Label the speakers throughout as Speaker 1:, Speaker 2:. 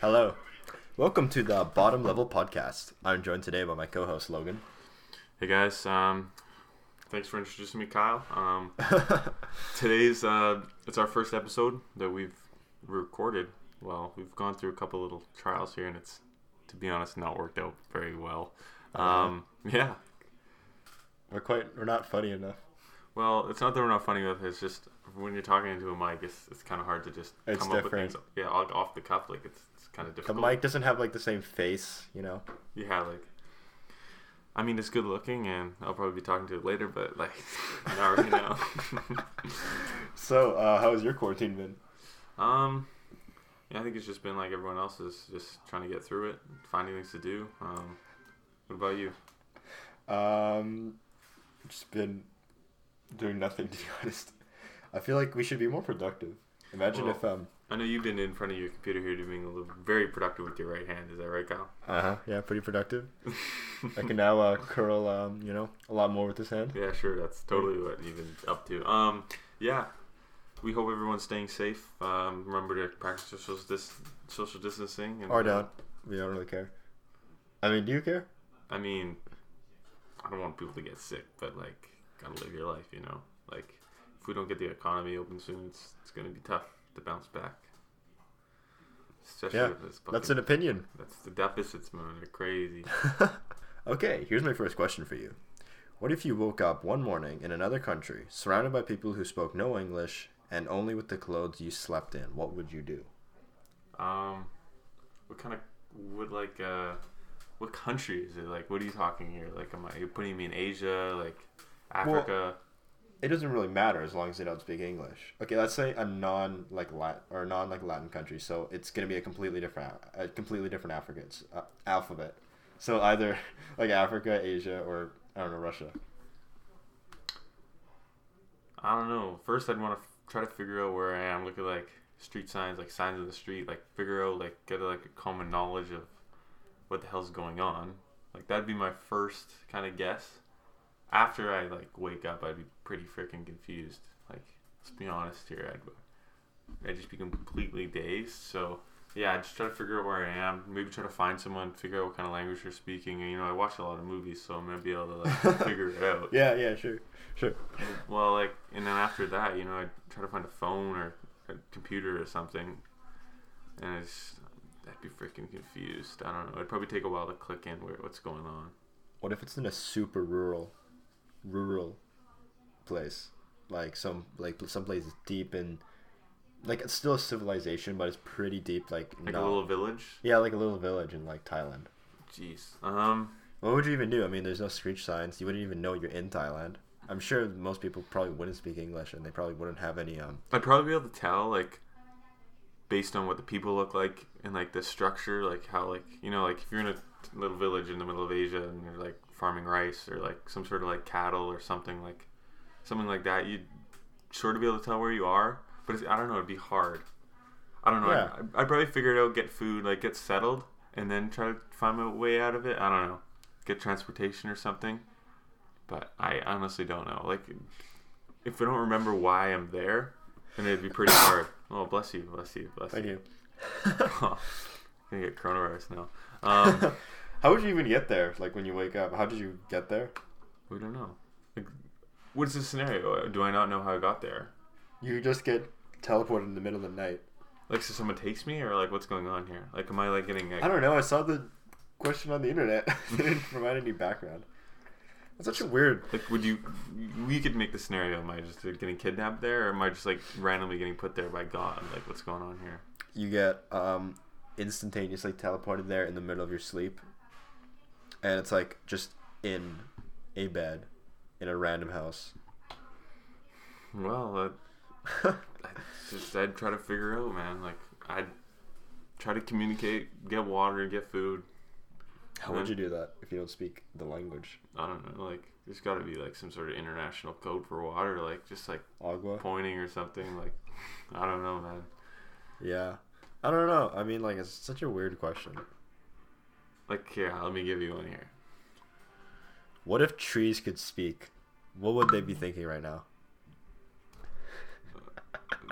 Speaker 1: Hello. Welcome to the Bottom Level Podcast. I'm joined today by my co host, Logan.
Speaker 2: Hey guys, um, thanks for introducing me, Kyle. Um, today's uh, it's our first episode that we've recorded. Well, we've gone through a couple little trials here, and it's to be honest not worked out very well. Um,
Speaker 1: Uh-huh.
Speaker 2: yeah.
Speaker 1: We're quite, we're not funny enough.
Speaker 2: Well, it's not that we're not funny with it. It's just when you're talking into a mic, it's, it's kind of hard to just
Speaker 1: It's
Speaker 2: come up
Speaker 1: different.
Speaker 2: with things. Yeah, off off the cuff, like it's, it's kind of
Speaker 1: The
Speaker 2: difficult.
Speaker 1: mic doesn't have like the same face, you know?
Speaker 2: Yeah, like. I mean, it's good looking, and I'll probably be talking to it later. But like, not right now.
Speaker 1: So, uh, how has your quarantine been?
Speaker 2: Um, yeah, I think it's just been like everyone else is just trying to get through it, finding things to do. Um, what about you?
Speaker 1: Um, just been doing nothing, to be honest. I feel like we should be more productive. Imagine
Speaker 2: Well-
Speaker 1: if, um,
Speaker 2: I know you've been in front of your computer here doing a little very productive with your right hand. Is that right, Kyle?
Speaker 1: uh huh, yeah, pretty productive. I can now uh, curl, um, you know, a lot more with this hand.
Speaker 2: Yeah, sure. That's totally what you've been up to. Um, yeah. We hope everyone's staying safe. Um, remember to practice your social, dis- social distancing. And,
Speaker 1: Or don't. We don't really care. I mean, do you care?
Speaker 2: I mean, I don't want people to get sick, but like, gotta live your life, you know. Like, if we don't get the economy open soon, it's it's gonna be tough to bounce back. Especially
Speaker 1: Yeah,
Speaker 2: with this fucking,
Speaker 1: That's an opinion.
Speaker 2: that's the deficits, man. They're crazy.
Speaker 1: okay, here's my first question for you. What if you woke up one morning in another country, surrounded by people who spoke no English and only with the clothes you slept in? What would you do?
Speaker 2: um, what kind of would like uh, what country is it? Like, what are you talking here? Like, am I you're putting me in Asia? Like, Africa?
Speaker 1: It doesn't really matter as long as they don't speak English. Okay, let's say a non like Latin or non like Latin country. So it's gonna be a completely different, a completely different Africa. It's uh, alphabet. So either like Africa, Asia, or I don't know Russia.
Speaker 2: I don't know. First, I'd want to f- try to figure out where I am. Look at like street signs, like signs on the street. Like figure out, like get like a common knowledge of what the hell's going on. Like that'd be my first kind of guess. After I like wake up, I'd be pretty freaking confused. Like let's be honest here, I'd I'd just be completely dazed. So yeah, I'd just try to figure out where I am. Maybe try to find someone, figure out what kind of language they're speaking. And you know, I watch a lot of movies, so I might be able to like figure it out.
Speaker 1: Yeah, yeah, sure, sure.
Speaker 2: Well, like, and then after that, you know, I try to find a phone or a computer or something, and it's I'd be freaking confused. I don't know. It'd probably take a while to click in where what's going on.
Speaker 1: What if it's in a super rural, rural place, like some like some place deep in, like it's still a civilization, but it's pretty deep, like,
Speaker 2: Like
Speaker 1: not-
Speaker 2: a little village.
Speaker 1: yeah, like a little village in like Thailand.
Speaker 2: Jeez. Um.
Speaker 1: What would you even do? I mean, there's no street signs. You wouldn't even know you're in Thailand. I'm sure most people probably wouldn't speak English, and they probably wouldn't have any um.
Speaker 2: I'd probably be able to tell, like, based on what the people look like and like the structure, like how, like, you know, like if you're in a little village in the middle of Asia and you're like farming rice or like some sort of like cattle or something like something like that, you'd sort of be able to tell where you are. But it's, I don't know, it'd be hard. I don't know.
Speaker 1: Yeah.
Speaker 2: I'd, I'd probably figure it out, get food, like get settled, and then try to find my way out of it. I don't know, get transportation or something. But I honestly don't know. Like, if I don't remember why I'm there, then it'd be pretty hard. Oh, bless you, bless you, bless
Speaker 1: Thank
Speaker 2: you. Oh,
Speaker 1: you.
Speaker 2: I'm gonna get coronavirus now. Um,
Speaker 1: How would you even get there? Like when you wake up, how did you get there?
Speaker 2: we don't know. Like, what's the scenario? Do I not know how I got there?
Speaker 1: You just get teleported in the middle of the night.
Speaker 2: Like, so someone takes me, or like, what's going on here? Like, am I like getting? Like,
Speaker 1: I don't know. I saw the question on the internet. they didn't provide any background. That's such a weird.
Speaker 2: Like, would you? We could make the scenario. Am I just getting kidnapped there, or am I just like randomly getting put there by God? Like, what's going on here?
Speaker 1: You get um, instantaneously teleported there in the middle of your sleep, and it's like just in a bed in a random house.
Speaker 2: Well, uh, I just I'd try to figure out, man. Like, I'd try to communicate, get water, get food.
Speaker 1: How would you do that if you don't speak the language?
Speaker 2: I don't know. Like, there's got to be like some sort of international code for water, like just like
Speaker 1: Agua.
Speaker 2: pointing or something. Like, I don't know, man.
Speaker 1: Yeah. I don't know. I mean, like, it's such a weird question.
Speaker 2: Like, here, let me give you one here.
Speaker 1: What if trees could speak? What would they be thinking right now?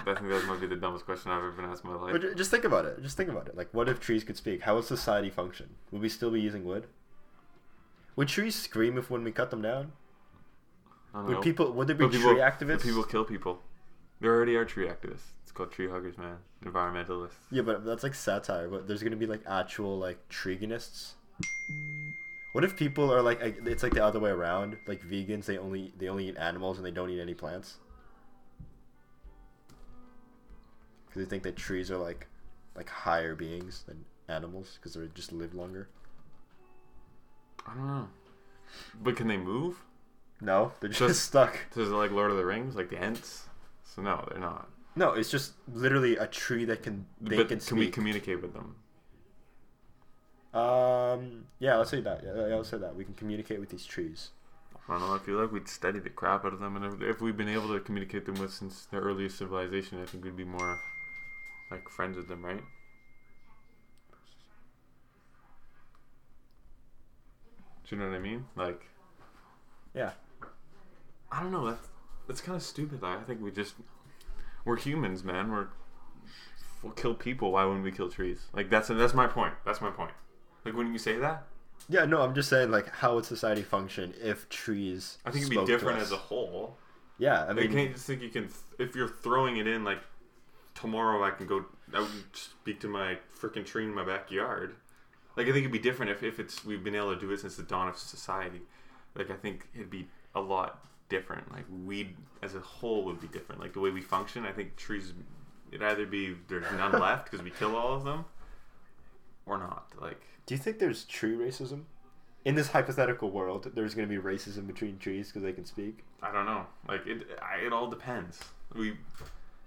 Speaker 2: I think that might be the dumbest question I've ever been asked in my life.
Speaker 1: But ju- just think about it. Just think about it. Like, what if trees could speak? How would society function? Would we still be using wood? Would trees scream if when we cut them down?
Speaker 2: I don't
Speaker 1: Would
Speaker 2: know.
Speaker 1: people? Would there be
Speaker 2: But people-
Speaker 1: tree
Speaker 2: but
Speaker 1: activists?
Speaker 2: People kill people. There already are tree activists. It's called tree huggers, man. Environmentalists.
Speaker 1: Yeah, but that's like satire. But there's gonna be like actual like treeganists. What if people are like like, it's like the other way around? Like vegans, they only they only eat animals and they don't eat any plants. Because they think that trees are like like higher beings than animals because they just live longer.
Speaker 2: I don't know. But can they move?
Speaker 1: No, they're just,
Speaker 2: Just-
Speaker 1: stuck.
Speaker 2: So is it like Lord of the Rings, like the ants? So no, they're not.
Speaker 1: No, it's just literally a tree that can they
Speaker 2: but
Speaker 1: can
Speaker 2: can we
Speaker 1: speak.
Speaker 2: communicate with them?
Speaker 1: um, yeah, let's say that. Yeah, yeah, let's say that we can communicate with these trees.
Speaker 2: I don't know. I feel like we'd study the crap out of them, and if, if we've been able to communicate them with since the earliest civilization, I think we'd be more like friends with them, right? Do you know what I mean? Like,
Speaker 1: Yeah.
Speaker 2: I don't know. That's that's kind of stupid. I I think we just we're humans, man. We're we'll kill people. Why wouldn't we kill trees? Like that's that's my point. That's my point. Like when you say that,
Speaker 1: Yeah, no, I'm just saying like how would society function if trees?
Speaker 2: I think it'd
Speaker 1: spoke
Speaker 2: be
Speaker 1: to
Speaker 2: different
Speaker 1: us?
Speaker 2: as a whole.
Speaker 1: Yeah, I
Speaker 2: I
Speaker 1: mean,
Speaker 2: can't just think you can if you're throwing it in like tomorrow. I can go. I would speak to my freaking tree in my backyard. Like I think it'd be different if, if it's we've been able to do it since the dawn of society. Like I think it'd be a lot different. Like we as a whole would be different. Like the way we function. I think trees. It'd either be there's none left because we kill all of them, or not. Like
Speaker 1: do you think there's tree racism? In this hypothetical world, there's going to be racism between trees because they can speak.
Speaker 2: I don't know. Like it, I, it all depends. We, I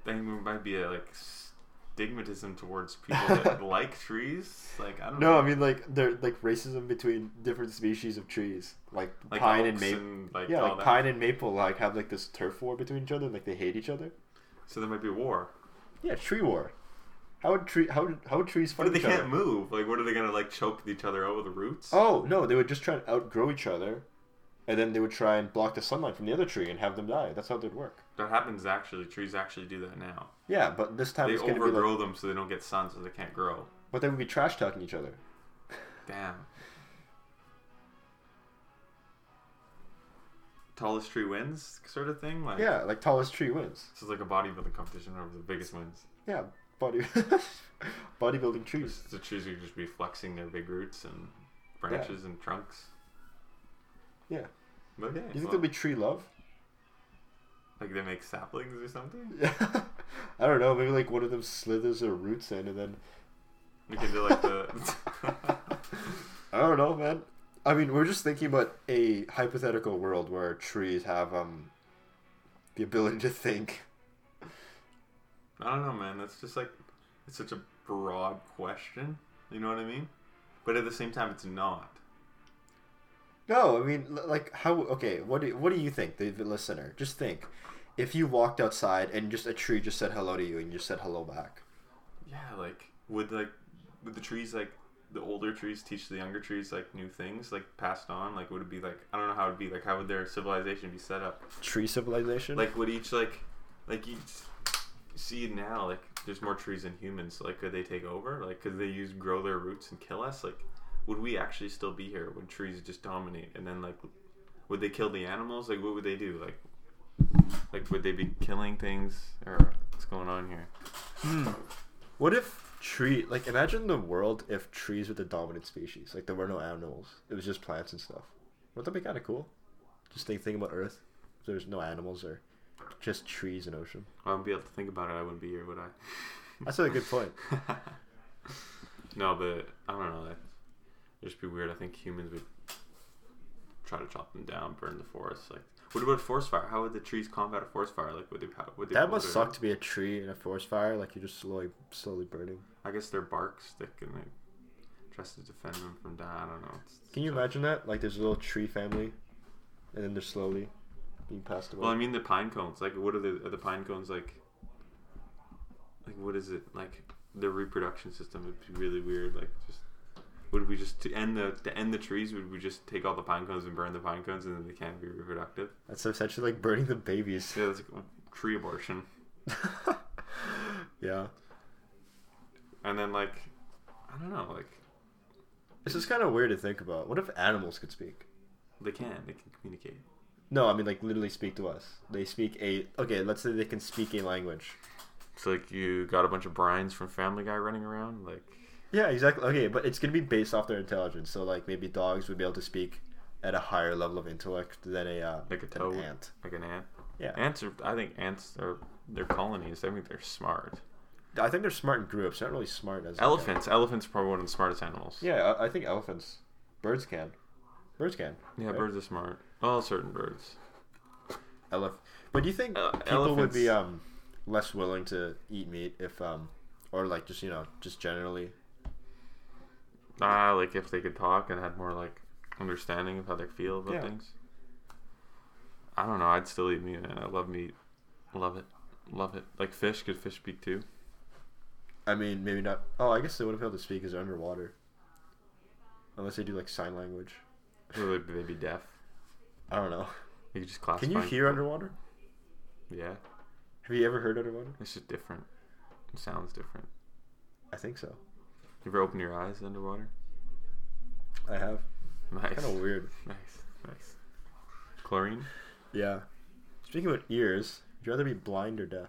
Speaker 2: think there might be a like stigmatism towards people that like trees. Like I don't
Speaker 1: No,
Speaker 2: know.
Speaker 1: I mean like there like racism between different species of trees, like,
Speaker 2: like
Speaker 1: pine and
Speaker 2: oaks
Speaker 1: maple.
Speaker 2: like
Speaker 1: yeah,
Speaker 2: all
Speaker 1: like
Speaker 2: that.
Speaker 1: pine and maple like have like this turf war between each other, like they hate each other.
Speaker 2: So there might be war,
Speaker 1: Yeah, tree war. How would tree how would, how would trees
Speaker 2: but
Speaker 1: fight
Speaker 2: they
Speaker 1: each other?
Speaker 2: can't move. Like what are they gonna like choke each other out with the roots?
Speaker 1: Oh no, they would just try and outgrow each other, and then they would try and block the sunlight from the other tree and have them die. That's how they'd work.
Speaker 2: That happens actually. Trees actually do that now.
Speaker 1: Yeah, but this time
Speaker 2: They
Speaker 1: it's going to be
Speaker 2: overgrow
Speaker 1: like,
Speaker 2: them so they don't get sun, so they can't grow.
Speaker 1: but they would be trash talking each other.
Speaker 2: Damn. Tallest tree wins, sort of thing. Like
Speaker 1: Yeah, like tallest tree wins.
Speaker 2: This is like a bodybuilding competition. Whoever the biggest wins.
Speaker 1: Yeah, body bodybuilding trees.
Speaker 2: The trees would just be flexing their big roots and branches and trunks.
Speaker 1: Yeah.
Speaker 2: But
Speaker 1: You
Speaker 2: yeah,
Speaker 1: think
Speaker 2: well,
Speaker 1: there'll be tree love?
Speaker 2: like they make saplings or something.
Speaker 1: I don't know. Maybe like one of them slithers their roots in, and then
Speaker 2: We could do like the.
Speaker 1: I don't know, man. I mean, we're just thinking about a hypothetical world where trees have um the ability to think.
Speaker 2: I don't know, man. That's just like it's such a broad question. You know what I mean? But at the same time, it's not.
Speaker 1: No, I mean, l- like, how? Okay, what do what do you think, the, the listener? Just think, if you walked outside and just a tree just said hello to you and you just said hello back.
Speaker 2: Yeah, like would like would the trees like the older trees teach the younger trees like new things like passed on? Like would it be like I don't know how it'd be like how would their civilization be set up?
Speaker 1: Tree civilization.
Speaker 2: like would each like like you s- see now like there's more trees than humans so, like could they take over like could they use grow their roots and kill us like would we actually still be here would trees just dominate and then like would they kill the animals like what would they do like like would they be killing things or what's going on here
Speaker 1: Hmm. What if tree like imagine the world if trees were the dominant species? Like there were no animals. It was just plants and stuff. Wouldn't that be kinda cool? Just think think about Earth. If there's no animals or just trees and ocean.
Speaker 2: i wouldn't be able to think about it i wouldn't be here would
Speaker 1: That's a good point.
Speaker 2: i no but i don't know that it'd just be weird i think humans would try to chop them down burn the forest like what about a forest fire how would the trees combat a forest fire like would they how would they
Speaker 1: That
Speaker 2: pull
Speaker 1: must
Speaker 2: their-
Speaker 1: suck to be a tree in a forest fire, like you're just slowly slowly burning.
Speaker 2: I guess their barks that can like, tries to defend them from dying. I don't know. It's,
Speaker 1: Can you imagine that? Like there's a little tree family and then they're slowly being passed away.
Speaker 2: well, I mean the pine cones. Like, what are the are the pine cones like? Like, what is it like? Their reproduction system would be really weird. Like, just would we just to end the to end the trees? Would we just take all the pine cones and burn the pine cones, and then they can't be reproductive?
Speaker 1: That's essentially like burning the babies.
Speaker 2: Yeah, that's like tree abortion.
Speaker 1: Yeah.
Speaker 2: And then like, I don't know, like
Speaker 1: This is kind of weird to think about. What if animals could speak?
Speaker 2: they can, they can communicate.
Speaker 1: No, I mean like literally speak to us. They speak a okay. Let's say they can speak a language.
Speaker 2: It's like you got a bunch of Brian's from Family Guy running around, like
Speaker 1: Yeah, exactly. Okay, but it's gonna be based off their intelligence. So like maybe dogs would be able to speak at a higher level of intellect than a uh,
Speaker 2: Like a
Speaker 1: than
Speaker 2: toad?
Speaker 1: an ant.
Speaker 2: like an ant.
Speaker 1: Yeah.
Speaker 2: Ants are. I think ants are. They're colonies. I think they're smart.
Speaker 1: I think they're smart in groups. They're not really smart as like, a-
Speaker 2: Elephants. Elephants are probably one of the smartest animals.
Speaker 1: Yeah, I, I think elephants. Birds can. Birds can.
Speaker 2: Yeah,
Speaker 1: right?
Speaker 2: birds are smart. Well, certain birds.
Speaker 1: Elef- but do you think
Speaker 2: Uh,
Speaker 1: people would be
Speaker 2: elephants-
Speaker 1: um less willing to eat meat if um or like just you know just generally?
Speaker 2: Ah, like if they could talk and had more like understanding of how they feel about
Speaker 1: Yeah.
Speaker 2: things. I don't know. I'd still eat meat, man. I love meat. Love it. Love it. Like fish. Could fish speak too?
Speaker 1: I mean, maybe not. Oh, I guess they wouldn't be able to speak as they're underwater, unless they do like sign language.
Speaker 2: Or would they be deaf?
Speaker 1: I don't know.
Speaker 2: You could just classify.
Speaker 1: Can you
Speaker 2: them.
Speaker 1: hear underwater?
Speaker 2: Yeah,
Speaker 1: Have you ever heard underwater?
Speaker 2: it's just different. It sounds different.
Speaker 1: I think so.
Speaker 2: You ever open your eyes underwater?
Speaker 1: I have.
Speaker 2: Nice.
Speaker 1: Kind of weird.
Speaker 2: Nice. Nice. Chlorine.
Speaker 1: Yeah. Speaking about ears, would you rather be blind or deaf?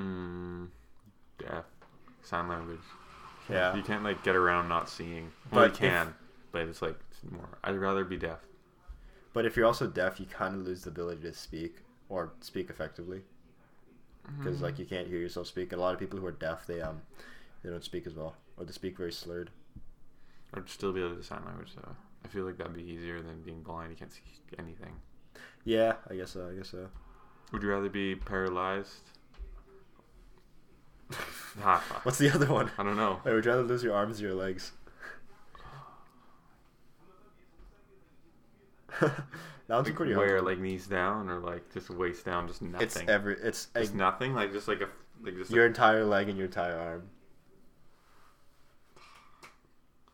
Speaker 2: Mm, deaf. Sign language.
Speaker 1: Yeah.
Speaker 2: You can't like get around not seeing. Well,
Speaker 1: But if-
Speaker 2: you can, but it's like it's more. I'd rather be deaf.
Speaker 1: But if you're also deaf, you kind of lose the ability to speak or speak effectively because
Speaker 2: Mm.
Speaker 1: like you can't hear yourself speak. And a lot of people who are deaf, they um, they don't speak as well or they speak very slurred.
Speaker 2: I'd still be able to sign language though. I feel like that'd be easier than being blind. You can't see anything.
Speaker 1: Yeah, I guess so. I guess so.
Speaker 2: Would you rather be paralyzed? ah, fuck.
Speaker 1: What's the other one?
Speaker 2: I don't know.
Speaker 1: Wait, would you rather lose your arms or your legs? that one's
Speaker 2: Like,
Speaker 1: pretty
Speaker 2: wear
Speaker 1: hard.
Speaker 2: like knees down or like just waist down, just nothing.
Speaker 1: It's every. It's
Speaker 2: Just
Speaker 1: like,
Speaker 2: nothing, like just like a like just.
Speaker 1: your
Speaker 2: Like,
Speaker 1: entire leg and your entire arm.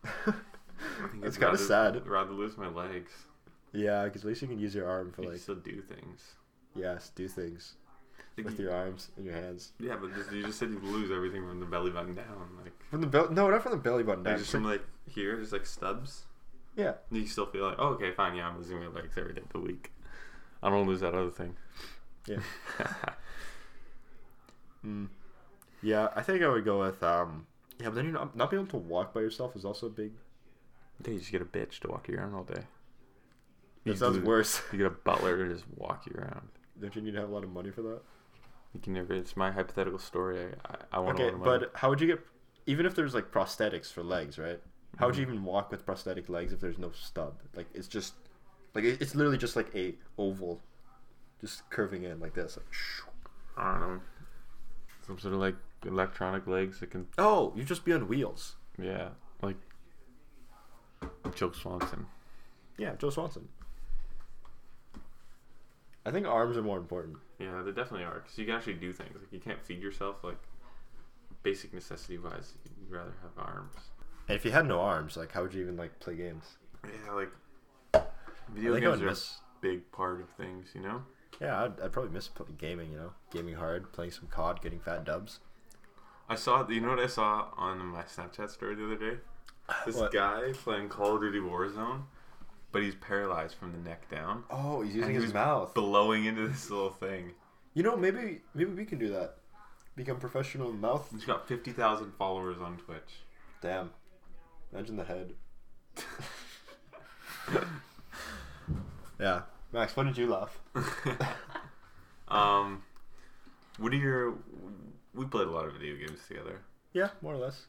Speaker 2: I think
Speaker 1: That's
Speaker 2: I'd
Speaker 1: kinda
Speaker 2: rather-
Speaker 1: sad.
Speaker 2: Rather lose my legs.
Speaker 1: Yeah, because at least you can use your arm for
Speaker 2: You can
Speaker 1: like
Speaker 2: still do things.
Speaker 1: yes, do things
Speaker 2: Like,
Speaker 1: with
Speaker 2: you-
Speaker 1: your arms and your hands.
Speaker 2: yeah, but just, you just said you lose everything from the belly button down, like
Speaker 1: From the belt? No, not from the belly button.
Speaker 2: like
Speaker 1: Down.
Speaker 2: just from like here, just like stubs.
Speaker 1: yeah,
Speaker 2: You still feel like, oh, okay, fine, yeah, I'm losing my legs every day of the week. I don't lose that other thing.
Speaker 1: yeah, mm. yeah. I think I would go with um. Yeah, but then you're not, not being able to walk by yourself is also a big.
Speaker 2: They just get a bitch to walk you around all day.
Speaker 1: That
Speaker 2: You
Speaker 1: sounds
Speaker 2: do-
Speaker 1: worse.
Speaker 2: You get a butler to just walk you around.
Speaker 1: Don't you need to have a lot of money for that?
Speaker 2: You can never. It's my hypothetical story. I, I, I want to.
Speaker 1: Okay, but how would you get? Even if there's like prosthetics for legs, right? How would you even walk with prosthetic legs if there's no stub? Like it's just, like it- it's literally just like a oval, just curving in like this. Like,
Speaker 2: I don't know. Some sort of like electronic legs that can,
Speaker 1: oh, you just be on wheels.
Speaker 2: yeah, like Joe Swanson.
Speaker 1: Yeah, Joe Swanson. I think arms are more important.
Speaker 2: Yeah, they definitely are because you can actually do things. Like you can't feed yourself. Like basic necessity wise, you'd rather have arms.
Speaker 1: And if you had no arms, like how would you even like play games?
Speaker 2: Yeah, like video
Speaker 1: I think I
Speaker 2: games
Speaker 1: would
Speaker 2: are
Speaker 1: miss.
Speaker 2: a big part of things. You know,
Speaker 1: Yeah, I'd, I'd probably miss pl- gaming. You know, gaming hard, playing some COD, getting fat dubs.
Speaker 2: I saw. You know what I saw on my Snapchat story the other day? This
Speaker 1: What?
Speaker 2: guy playing Call of Duty Warzone, but he's paralyzed from the neck down.
Speaker 1: Oh, he's
Speaker 2: And he was blowing into this little thing.
Speaker 1: You know, maybe maybe we can do that. Become professional mouth.
Speaker 2: He's got 50,000 followers on Twitch.
Speaker 1: Damn. Imagine the head. yeah. Max, why did you laugh?
Speaker 2: um, what are your. We played a lot of video games together.
Speaker 1: Yeah, more or less.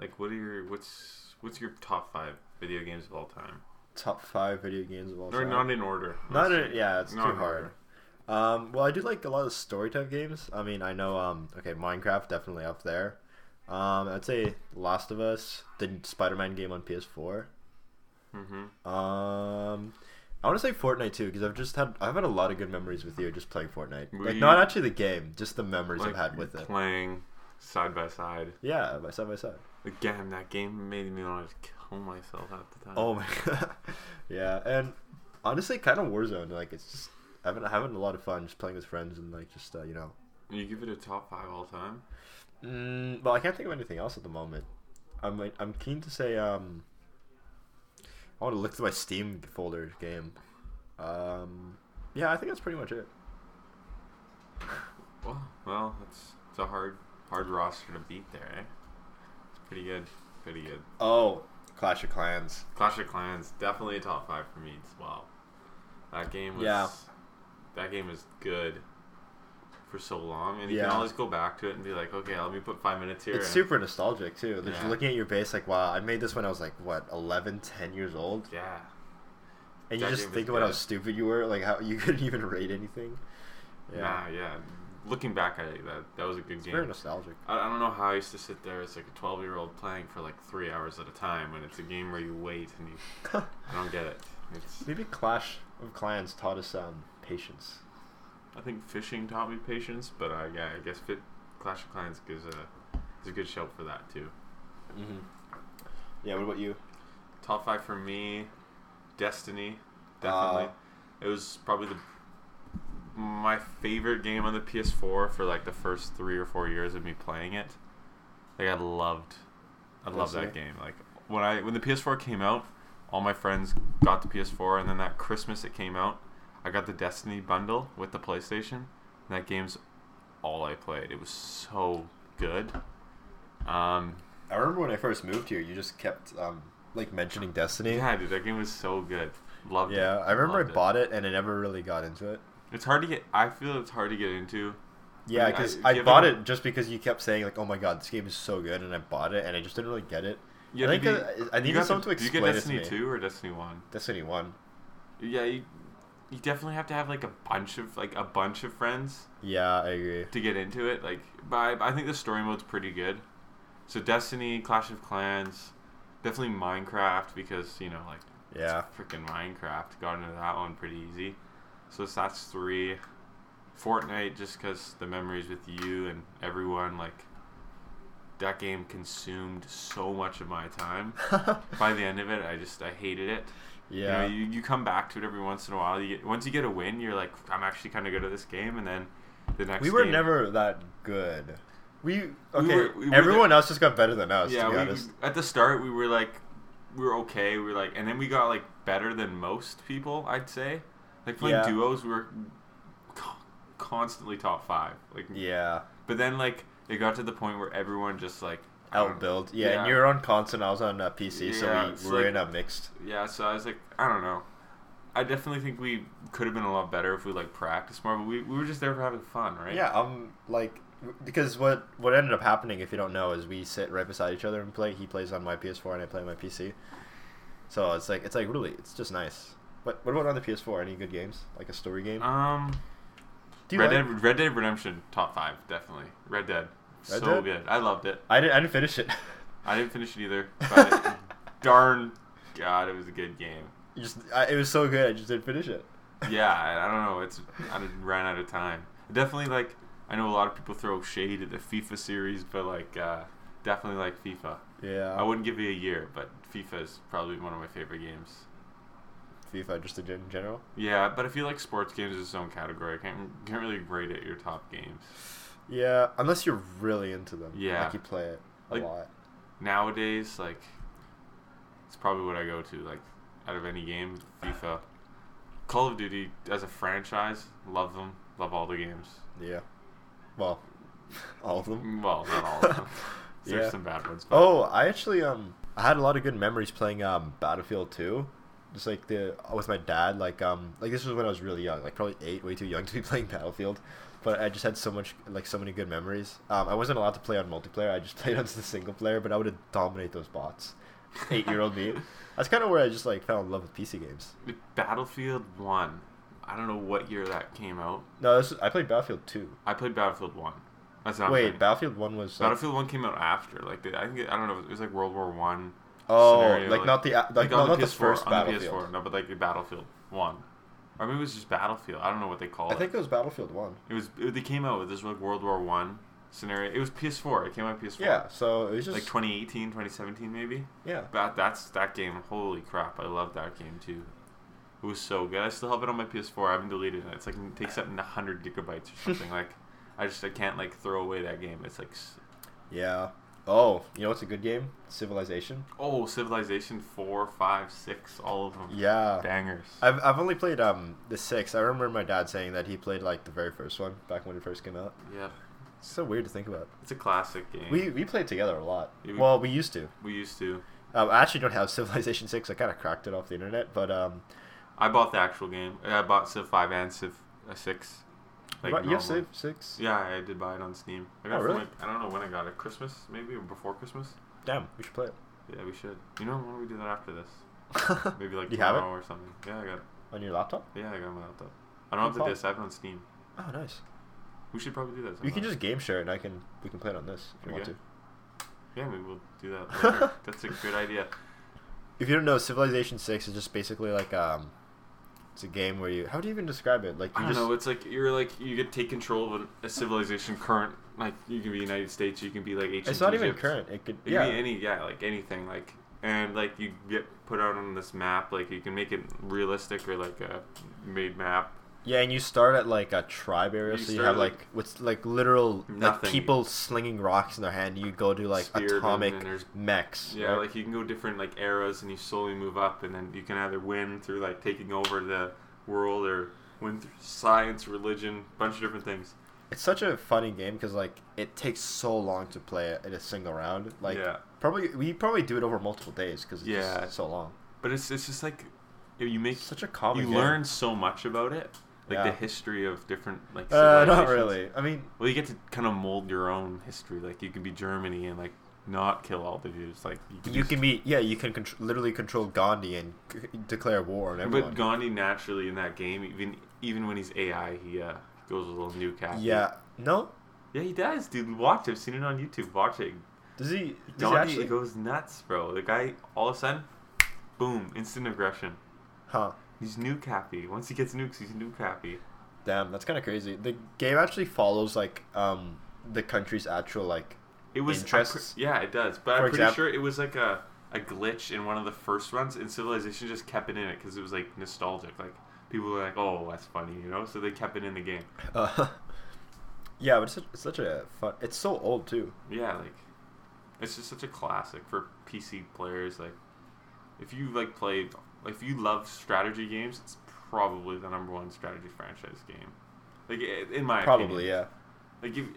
Speaker 2: Like, what are your. What's what's your top five video games of all time?
Speaker 1: Top five video games of all
Speaker 2: Or
Speaker 1: time.
Speaker 2: not in order.
Speaker 1: Not in- yeah, it's
Speaker 2: Not
Speaker 1: too
Speaker 2: in
Speaker 1: hard.
Speaker 2: order.
Speaker 1: Um, well, I do like a lot of story type games. I mean, I know. Um, okay, Minecraft definitely up there. Um, I'd say Last of Us, the Spider-Man game on PS4.
Speaker 2: Mm-hmm.
Speaker 1: Um, I want to say Fortnite too because I've just had I've had a lot of good memories with you just playing Fortnite.
Speaker 2: Were
Speaker 1: like
Speaker 2: you-
Speaker 1: not actually the game, just the memories
Speaker 2: Like,
Speaker 1: I've had with it.
Speaker 2: playing side by side.
Speaker 1: Yeah, by side by side.
Speaker 2: Again, that game made me want to kill myself half the time.
Speaker 1: Oh my god. yeah, and honestly, kind of Warzone. Like it's just I've been having a lot of fun just playing with friends and like just uh, you know
Speaker 2: You give it a top five all time.
Speaker 1: Mm, well, I can't think of anything else at the moment. I'm like, I'm keen to say um. I want to look through my Steam folder game. Um, yeah, I think that's pretty much it.
Speaker 2: Well, well, it's it's a hard hard roster to beat there. Eh? It's pretty good. Pretty good.
Speaker 1: Oh, Clash of Clans.
Speaker 2: Clash of Clans definitely a top five for me as well. That game was
Speaker 1: Yeah.
Speaker 2: that game was good for so long, and you can
Speaker 1: Yeah.
Speaker 2: always go back to it and be like, okay, let me put five minutes here.
Speaker 1: It's
Speaker 2: and-
Speaker 1: super nostalgic too. Just
Speaker 2: Yeah.
Speaker 1: looking at your base, like, wow, I made this when I was like what 11, 10 years old,
Speaker 2: Yeah,
Speaker 1: and you
Speaker 2: That
Speaker 1: just
Speaker 2: game
Speaker 1: think
Speaker 2: was
Speaker 1: about how
Speaker 2: good.
Speaker 1: stupid you were, like how you couldn't even rate anything. Yeah,
Speaker 2: Nah, yeah. Looking back at it, that that was a good
Speaker 1: it's
Speaker 2: game.
Speaker 1: very nostalgic.
Speaker 2: I, I don't know how I used to sit there as like a 12 year old playing for like three hours at a time when it's a game where you wait and you. I don't get it. It's.
Speaker 1: Maybe Clash of Clans taught us um, patience.
Speaker 2: I think fishing taught me patience, but uh, yeah, I guess fit, Clash of Clans gives a is a good shout for that too.
Speaker 1: Mm-hmm. Yeah. What about you?
Speaker 2: Top five for me, Destiny, definitely.
Speaker 1: Uh,
Speaker 2: it was probably the my favorite game on the PS4 for like the first three or four years of me playing it. Like I loved, I loved that
Speaker 1: Destiny?
Speaker 2: game. Like when I when the PS4 came out, all my friends got the PS4, and then that Christmas it came out, I got the Destiny bundle with the PlayStation. And that game's all I played. It was so good. Um,
Speaker 1: I remember when I first moved here, you just kept um, like mentioning Destiny.
Speaker 2: yeah, dude, that game was so good. Loved it.
Speaker 1: Yeah, I remember
Speaker 2: Loved
Speaker 1: I bought it and I never really got into it.
Speaker 2: It's hard to get. I feel it's hard to get into.
Speaker 1: Yeah,
Speaker 2: mean, I-
Speaker 1: because
Speaker 2: if
Speaker 1: I,
Speaker 2: you
Speaker 1: bought
Speaker 2: haven't-
Speaker 1: it just because you kept saying like, "Oh my god, this game is so good," and I bought it and I just didn't really get it.
Speaker 2: Yeah,
Speaker 1: I think
Speaker 2: did
Speaker 1: that- I- I
Speaker 2: you
Speaker 1: needed
Speaker 2: got the-
Speaker 1: someone to
Speaker 2: did you
Speaker 1: explain
Speaker 2: get
Speaker 1: it to
Speaker 2: Destiny
Speaker 1: me.
Speaker 2: Two or Destiny One?
Speaker 1: Destiny One.
Speaker 2: Yeah, you, you definitely have to have like a bunch of like a bunch of friends
Speaker 1: Yeah, I agree.
Speaker 2: to get into it. Like, but I, I think the story mode's pretty good. So Destiny, Clash of Clans, definitely Minecraft because you know like
Speaker 1: Yeah,
Speaker 2: freaking Minecraft. Got into that one pretty easy. So it's- that's three. Fortnite, just because the memories with you and everyone, like, that game consumed so much of my time. By the end of it, I just, I hated it.
Speaker 1: yeah,
Speaker 2: You know, you, you come back to it every once in a while. You get, once you get a win, you're like, I'm actually kind of good at this game. And then the next
Speaker 1: we were
Speaker 2: game-
Speaker 1: never that good. We okay.
Speaker 2: were- we were
Speaker 1: everyone else just got better than us.
Speaker 2: yeah,
Speaker 1: to be
Speaker 2: we,
Speaker 1: honest.
Speaker 2: at the start we were like we were okay, we were like and then we got like better than most people, I'd say. Like playing
Speaker 1: Yeah.
Speaker 2: duos we were co- constantly top 5. Like
Speaker 1: yeah,
Speaker 2: but then like it got to the point where everyone just like I don't-
Speaker 1: outbuild. Yeah,
Speaker 2: Um, yeah.
Speaker 1: and you were on console. I was on uh, PC,
Speaker 2: Yeah,
Speaker 1: so
Speaker 2: it's
Speaker 1: we were
Speaker 2: like-
Speaker 1: in a mixed.
Speaker 2: Yeah, so I was like I don't know. I definitely think we could have been a lot better if we like practiced more, but we, we were just there for having fun, right?
Speaker 1: Yeah, um, like because what what ended up happening, if you don't know, is we sit right beside each other and play. He plays on my PS4 and I play on my PC. So it's like it's like really, it's just nice. But what about on the PS4? Any good games like a story game?
Speaker 2: Um
Speaker 1: Do you
Speaker 2: Red
Speaker 1: like-
Speaker 2: Dead Red Dead Redemption top 5, definitely. Red Dead.
Speaker 1: Red
Speaker 2: so
Speaker 1: Dead?
Speaker 2: good. I loved it.
Speaker 1: I didn't I didn't finish it.
Speaker 2: I didn't finish it either. But darn God, it was a good game.
Speaker 1: You just I, it was so good. I just didn't finish it.
Speaker 2: Yeah, I, I don't know. It's I did- ran out of time. Definitely like I know a lot of people throw shade at the FIFA series, but like uh, definitely like FIFA.
Speaker 1: Yeah,
Speaker 2: I wouldn't give you a year, but FIFA is probably one of my favorite games.
Speaker 1: FIFA just in gen- general.
Speaker 2: Yeah, but I feel like sports games is its own category. I can't can't really grade it your top games.
Speaker 1: Yeah, unless you're really into them.
Speaker 2: Yeah.
Speaker 1: like you play it a
Speaker 2: Like-
Speaker 1: lot.
Speaker 2: Nowadays, like it's probably what I go to. Like out of any game, FIFA, Call of Duty as a franchise, love them. Love all the games.
Speaker 1: Yeah, well, all of them.
Speaker 2: Well, not all of them. There's
Speaker 1: Yeah.
Speaker 2: some bad ones. But
Speaker 1: Oh, I actually um I had a lot of good memories playing um Battlefield 2. Just like the with my dad, like um like this was when I was really young, like probably eight, way too young to be playing Battlefield. But I just had so much like so many good memories. Um, I wasn't allowed to play on multiplayer. I just played on the single player, but I would dominate those bots. Eight year old me. That's kind of where I just like fell in love with PC games.
Speaker 2: Battlefield One. I don't know what year that came out.
Speaker 1: No, this was, I played Battlefield Two.
Speaker 2: I played Battlefield One. That's not
Speaker 1: Wait,
Speaker 2: right.
Speaker 1: Battlefield One was like,
Speaker 2: Battlefield One came out after. Like the, I think it, I don't know. It was like World War One.
Speaker 1: oh,
Speaker 2: scenario,
Speaker 1: like,
Speaker 2: like-
Speaker 1: not the a- like, no,
Speaker 2: on
Speaker 1: not the
Speaker 2: PS4
Speaker 1: first
Speaker 2: on
Speaker 1: Battlefield.
Speaker 2: The PS4. No, but like the Battlefield One, or maybe it was just Battlefield. I don't know what they call
Speaker 1: I
Speaker 2: it.
Speaker 1: think it was Battlefield One.
Speaker 2: it was. It, they came out with this like World War One scenario. It was PS4. It came out PS4.
Speaker 1: Yeah, so it was just
Speaker 2: Like 2018, 2017 maybe.
Speaker 1: yeah.
Speaker 2: That that's that game. Holy crap! I love that game too. It was so good. I still have it on my PS4. I haven't deleted it. It's like it takes up 100 gigabytes or something. like I just I can't like throw away that game. It's like s-
Speaker 1: Yeah. Oh, you know what's a good game? Civilization.
Speaker 2: oh, Civilization four, five, six, all of them.
Speaker 1: Yeah.
Speaker 2: Bangers.
Speaker 1: I've, I've only played um the six. I remember my dad saying that he played like the very first one back when it first came out.
Speaker 2: yeah,
Speaker 1: It's so weird to think about.
Speaker 2: it's a classic game.
Speaker 1: We we played together a lot.
Speaker 2: Yeah, we-
Speaker 1: Well, we used to.
Speaker 2: we used to.
Speaker 1: Um, I actually don't have Civilization six. I kind of cracked it off the internet, but um,
Speaker 2: I bought the actual game. I bought Civ five and Civ uh, six.
Speaker 1: but you have
Speaker 2: normally.
Speaker 1: Civ six.
Speaker 2: Yeah, I did buy it on Steam. I
Speaker 1: Oh,
Speaker 2: got it from,
Speaker 1: really?
Speaker 2: like, I don't know when I got it. Christmas, maybe or before Christmas.
Speaker 1: Damn, we should play it.
Speaker 2: Yeah, we should. You know, why don't we do that after this? Maybe like
Speaker 1: Do you have
Speaker 2: tomorrow
Speaker 1: it
Speaker 2: or something. Yeah, I got. It.
Speaker 1: on your laptop?
Speaker 2: Yeah, I got my laptop. I don't have the
Speaker 1: Good
Speaker 2: disc. I have it on Steam.
Speaker 1: Oh, nice.
Speaker 2: We should probably do that.
Speaker 1: We can
Speaker 2: sometime.
Speaker 1: just game share it, and I can we can play it on this if you want
Speaker 2: Okay.
Speaker 1: to.
Speaker 2: Yeah, maybe we'll do that. Later. That's a good idea.
Speaker 1: If you don't know, Civilization Six is just basically like um, it's a game where you how do you even describe it? Like
Speaker 2: I
Speaker 1: you
Speaker 2: don't
Speaker 1: just
Speaker 2: know. It's like you're like you get take control of a, a civilization current. Like you can be United States. You can be like ancient.
Speaker 1: it's not even
Speaker 2: Egypt.
Speaker 1: current. It could
Speaker 2: It
Speaker 1: yeah
Speaker 2: can be any yeah, like anything like and like you get put out on this map. Like you can make it realistic or like a made map.
Speaker 1: yeah, and you start at like a tribe area,
Speaker 2: You
Speaker 1: so you
Speaker 2: start
Speaker 1: have
Speaker 2: at, like,
Speaker 1: like what's like literal like
Speaker 2: nothing.
Speaker 1: people slinging rocks in their hand. You go to like
Speaker 2: Spear them,
Speaker 1: atomic
Speaker 2: and there's-
Speaker 1: mechs.
Speaker 2: Yeah,
Speaker 1: right?
Speaker 2: like you can go different like eras and you slowly move up, and then you can either win through like taking over the world or win through science, religion, bunch of different things.
Speaker 1: it's such a funny game because like it takes so long to play it in a single round. Like
Speaker 2: Yeah.
Speaker 1: probably we probably do it over multiple days because it's
Speaker 2: Yeah.
Speaker 1: just so long.
Speaker 2: But it's it's just like you make
Speaker 1: It's such a common.
Speaker 2: you
Speaker 1: game.
Speaker 2: learn so much about it, like
Speaker 1: Yeah.
Speaker 2: the history of different like.
Speaker 1: Uh, not
Speaker 2: civilizations.
Speaker 1: really. I mean,
Speaker 2: Well, you get to kind of mold your own history. Like you can be Germany and like not kill all the Jews. Like
Speaker 1: You
Speaker 2: just-
Speaker 1: can be yeah. You can contr- literally control Gandhi and c- declare war on everyone.
Speaker 2: But Gandhi naturally in that game, even even when he's AI, he uh, goes a little new cat.
Speaker 1: yeah. No.
Speaker 2: Yeah, he does, dude. Watch. it. I've seen it on YouTube. Watch it.
Speaker 1: Does he? Does he
Speaker 2: Gandhi
Speaker 1: actually?
Speaker 2: goes nuts, bro. The guy, all of a sudden, boom, instant aggression.
Speaker 1: huh.
Speaker 2: He's nuke happy. Once he gets nukes, he's nuke happy.
Speaker 1: Damn, that's kind of crazy. The game actually follows like um the country's actual like.
Speaker 2: It was I'm
Speaker 1: Interests.
Speaker 2: pre- yeah, it does. But
Speaker 1: For
Speaker 2: I'm pretty
Speaker 1: example-
Speaker 2: sure it was like a a glitch in one of the first runs, and Civilization just kept it in it because it was like nostalgic. Like people were like, "Oh, that's funny," you know. So they kept it in the game.
Speaker 1: Uh, yeah, but it's such, it's such a fun. It's so old too.
Speaker 2: Yeah, like it's just such a classic for PC players. Like if you like played, if you love strategy games, it's probably the number one strategy franchise game. Like i- in my
Speaker 1: Probably
Speaker 2: opinion.
Speaker 1: yeah.
Speaker 2: Like you,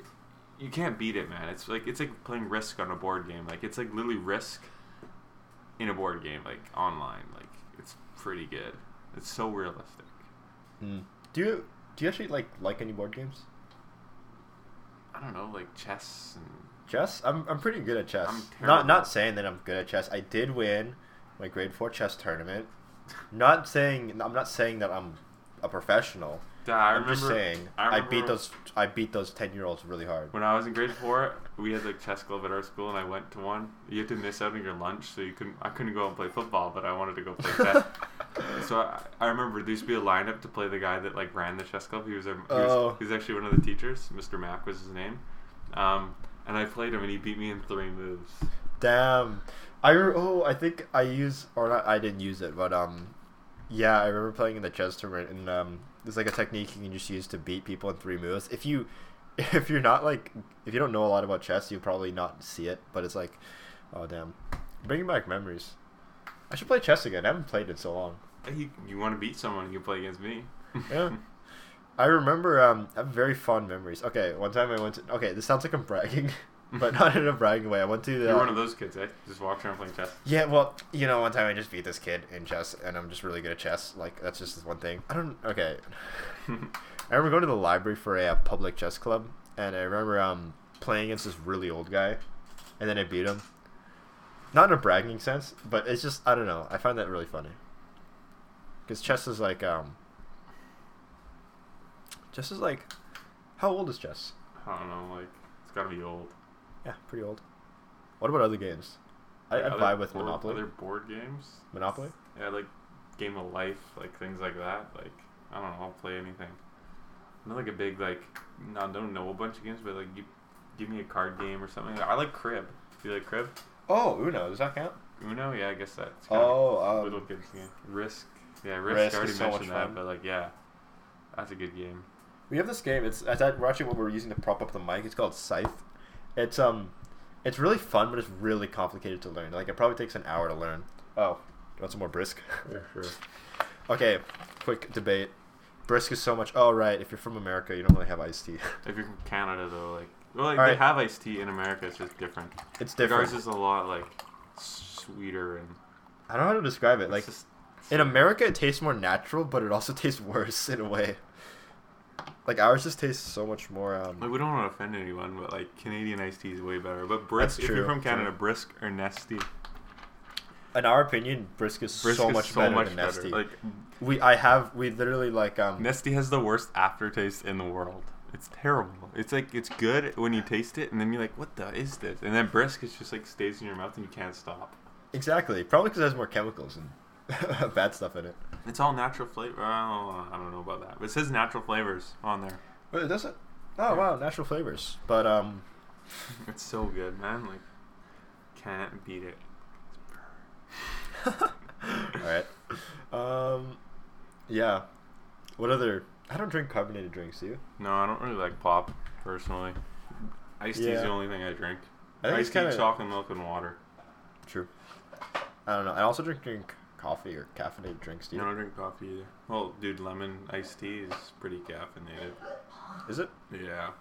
Speaker 2: you can't beat it, man. It's like it's like playing Risk on a board game. Like it's like literally Risk in a board game, like online. Like it's pretty good. It's so realistic.
Speaker 1: Mm. Do you do you actually like like any board games?
Speaker 2: I don't know, like chess and
Speaker 1: Chess? I'm I'm pretty good at chess.
Speaker 2: I'm terrible.
Speaker 1: not not saying that I'm good at chess. I did win my grade four chess tournament. Not saying I'm not saying that I'm a professional.
Speaker 2: Yeah, I
Speaker 1: am
Speaker 2: remember.
Speaker 1: just saying I, beat those I beat those ten year olds really hard.
Speaker 2: When I was in grade four, we had like chess club at our school, and I went to one. You had to miss out on your lunch, so you couldn't. I couldn't go and play football, but I wanted to go play chess. so I, I remember there used to be a lineup to play the guy that like ran the chess club. He was our, he, was,
Speaker 1: Oh.
Speaker 2: he was actually one of the teachers. Mr. Mack was his name, um, and I played him, and he beat me in three moves.
Speaker 1: Damn. I re- oh I think I use or not I didn't use it but um yeah I remember playing in the chess tournament and um there's like a technique you can just use to beat people in three moves if you if you're not like if you don't know a lot about chess you'll probably not see it but it's like oh damn bringing back memories I should play chess again I haven't played in so long
Speaker 2: Hey, You, you want to beat someone? You play against me.
Speaker 1: Yeah. I remember um I have very fond memories okay one time I went to okay this sounds like I'm bragging but not in a bragging way I went to the
Speaker 2: You're one of those kids, eh? Just walks around playing chess.
Speaker 1: Yeah, well, you know, one time I just beat this kid in chess, and I'm just really good at chess. Like that's just this one thing. I don't. Okay, I remember going to the library for a, uh public chess club, and I remember um playing against this really old guy, and then I beat him. Not in a bragging sense, but it's just I don't know. I find that really funny. Because chess is like um. Chess is like, how old is chess?
Speaker 2: I don't know, like it's gotta be old.
Speaker 1: Yeah, pretty old. What about other games? I, I
Speaker 2: Like, other
Speaker 1: vibe with
Speaker 2: board-
Speaker 1: Monopoly.
Speaker 2: Other board games.
Speaker 1: Monopoly.
Speaker 2: Yeah, like Game of Life, like things like that. Like I don't know, I'll play anything. I'm not like a big like. No, I don't know a bunch of games, but like you give me a card game or something. I like Crib. Do you like Crib?
Speaker 1: Oh, Uno. Does that count?
Speaker 2: Uno? Yeah, I guess that's. kinda
Speaker 1: Oh,
Speaker 2: like
Speaker 1: um,
Speaker 2: little kids game. Risk. Yeah, Risk.
Speaker 1: Risk
Speaker 2: I already
Speaker 1: is so
Speaker 2: mentioned
Speaker 1: much
Speaker 2: that,
Speaker 1: fun.
Speaker 2: but like yeah, that's a good game.
Speaker 1: We have this game. It's, it's we're actually what we're using to prop up the mic. It's called Scythe. It's um, it's really fun, but it's really complicated to learn. Like it probably takes an hour to learn. Oh, you want some more brisk?
Speaker 2: Yeah, sure.
Speaker 1: okay, quick debate. Brisk is so much. Oh right, if you're from America, you don't really have iced tea.
Speaker 2: If you're from Canada, though, like, well, like
Speaker 1: All
Speaker 2: they
Speaker 1: right.
Speaker 2: have iced tea in America. It's just different.
Speaker 1: It's
Speaker 2: Like,
Speaker 1: different.
Speaker 2: Ours is a lot like sweeter and
Speaker 1: I don't know how to describe it.
Speaker 2: it's
Speaker 1: Like
Speaker 2: just-
Speaker 1: in America, it tastes more natural, but it also tastes worse in a way. Like ours just tastes so much more. Um,
Speaker 2: like we don't want to offend anyone, but like Canadian iced tea is way better. But brisk,
Speaker 1: That's
Speaker 2: if you're
Speaker 1: true,
Speaker 2: from Canada,
Speaker 1: true.
Speaker 2: brisk or nesty,
Speaker 1: in our opinion, brisk is
Speaker 2: brisk
Speaker 1: so
Speaker 2: is
Speaker 1: much
Speaker 2: so
Speaker 1: better
Speaker 2: much
Speaker 1: than
Speaker 2: better.
Speaker 1: nesty.
Speaker 2: Like
Speaker 1: we, I have, we literally like um.
Speaker 2: nesty has the worst aftertaste in the world. It's terrible. It's like it's good when you taste it, and then you're like, "What the is this?" And then brisk is just like stays in your mouth and you can't stop.
Speaker 1: Exactly. Probably because it has more chemicals and bad stuff in it.
Speaker 2: It's all natural flavor. Oh, I don't know about that, but it says natural flavors on there.
Speaker 1: But it doesn't. Oh wow, natural flavors. But um,
Speaker 2: It's so good, man. Like, can't beat it.
Speaker 1: all right. Um, yeah. What other? I don't drink carbonated drinks. Do you?
Speaker 2: No, I don't really like pop personally. Iced tea is
Speaker 1: Yeah.
Speaker 2: the only thing I drink.
Speaker 1: I think it's
Speaker 2: Iced tea,
Speaker 1: kinda-
Speaker 2: chocolate milk, and water.
Speaker 1: True. I don't know. I also drink drink coffee or caffeinated drinks. Do
Speaker 2: You
Speaker 1: you?
Speaker 2: I don't drink coffee either. Well, dude, lemon iced tea is pretty caffeinated.
Speaker 1: Is it?
Speaker 2: Yeah,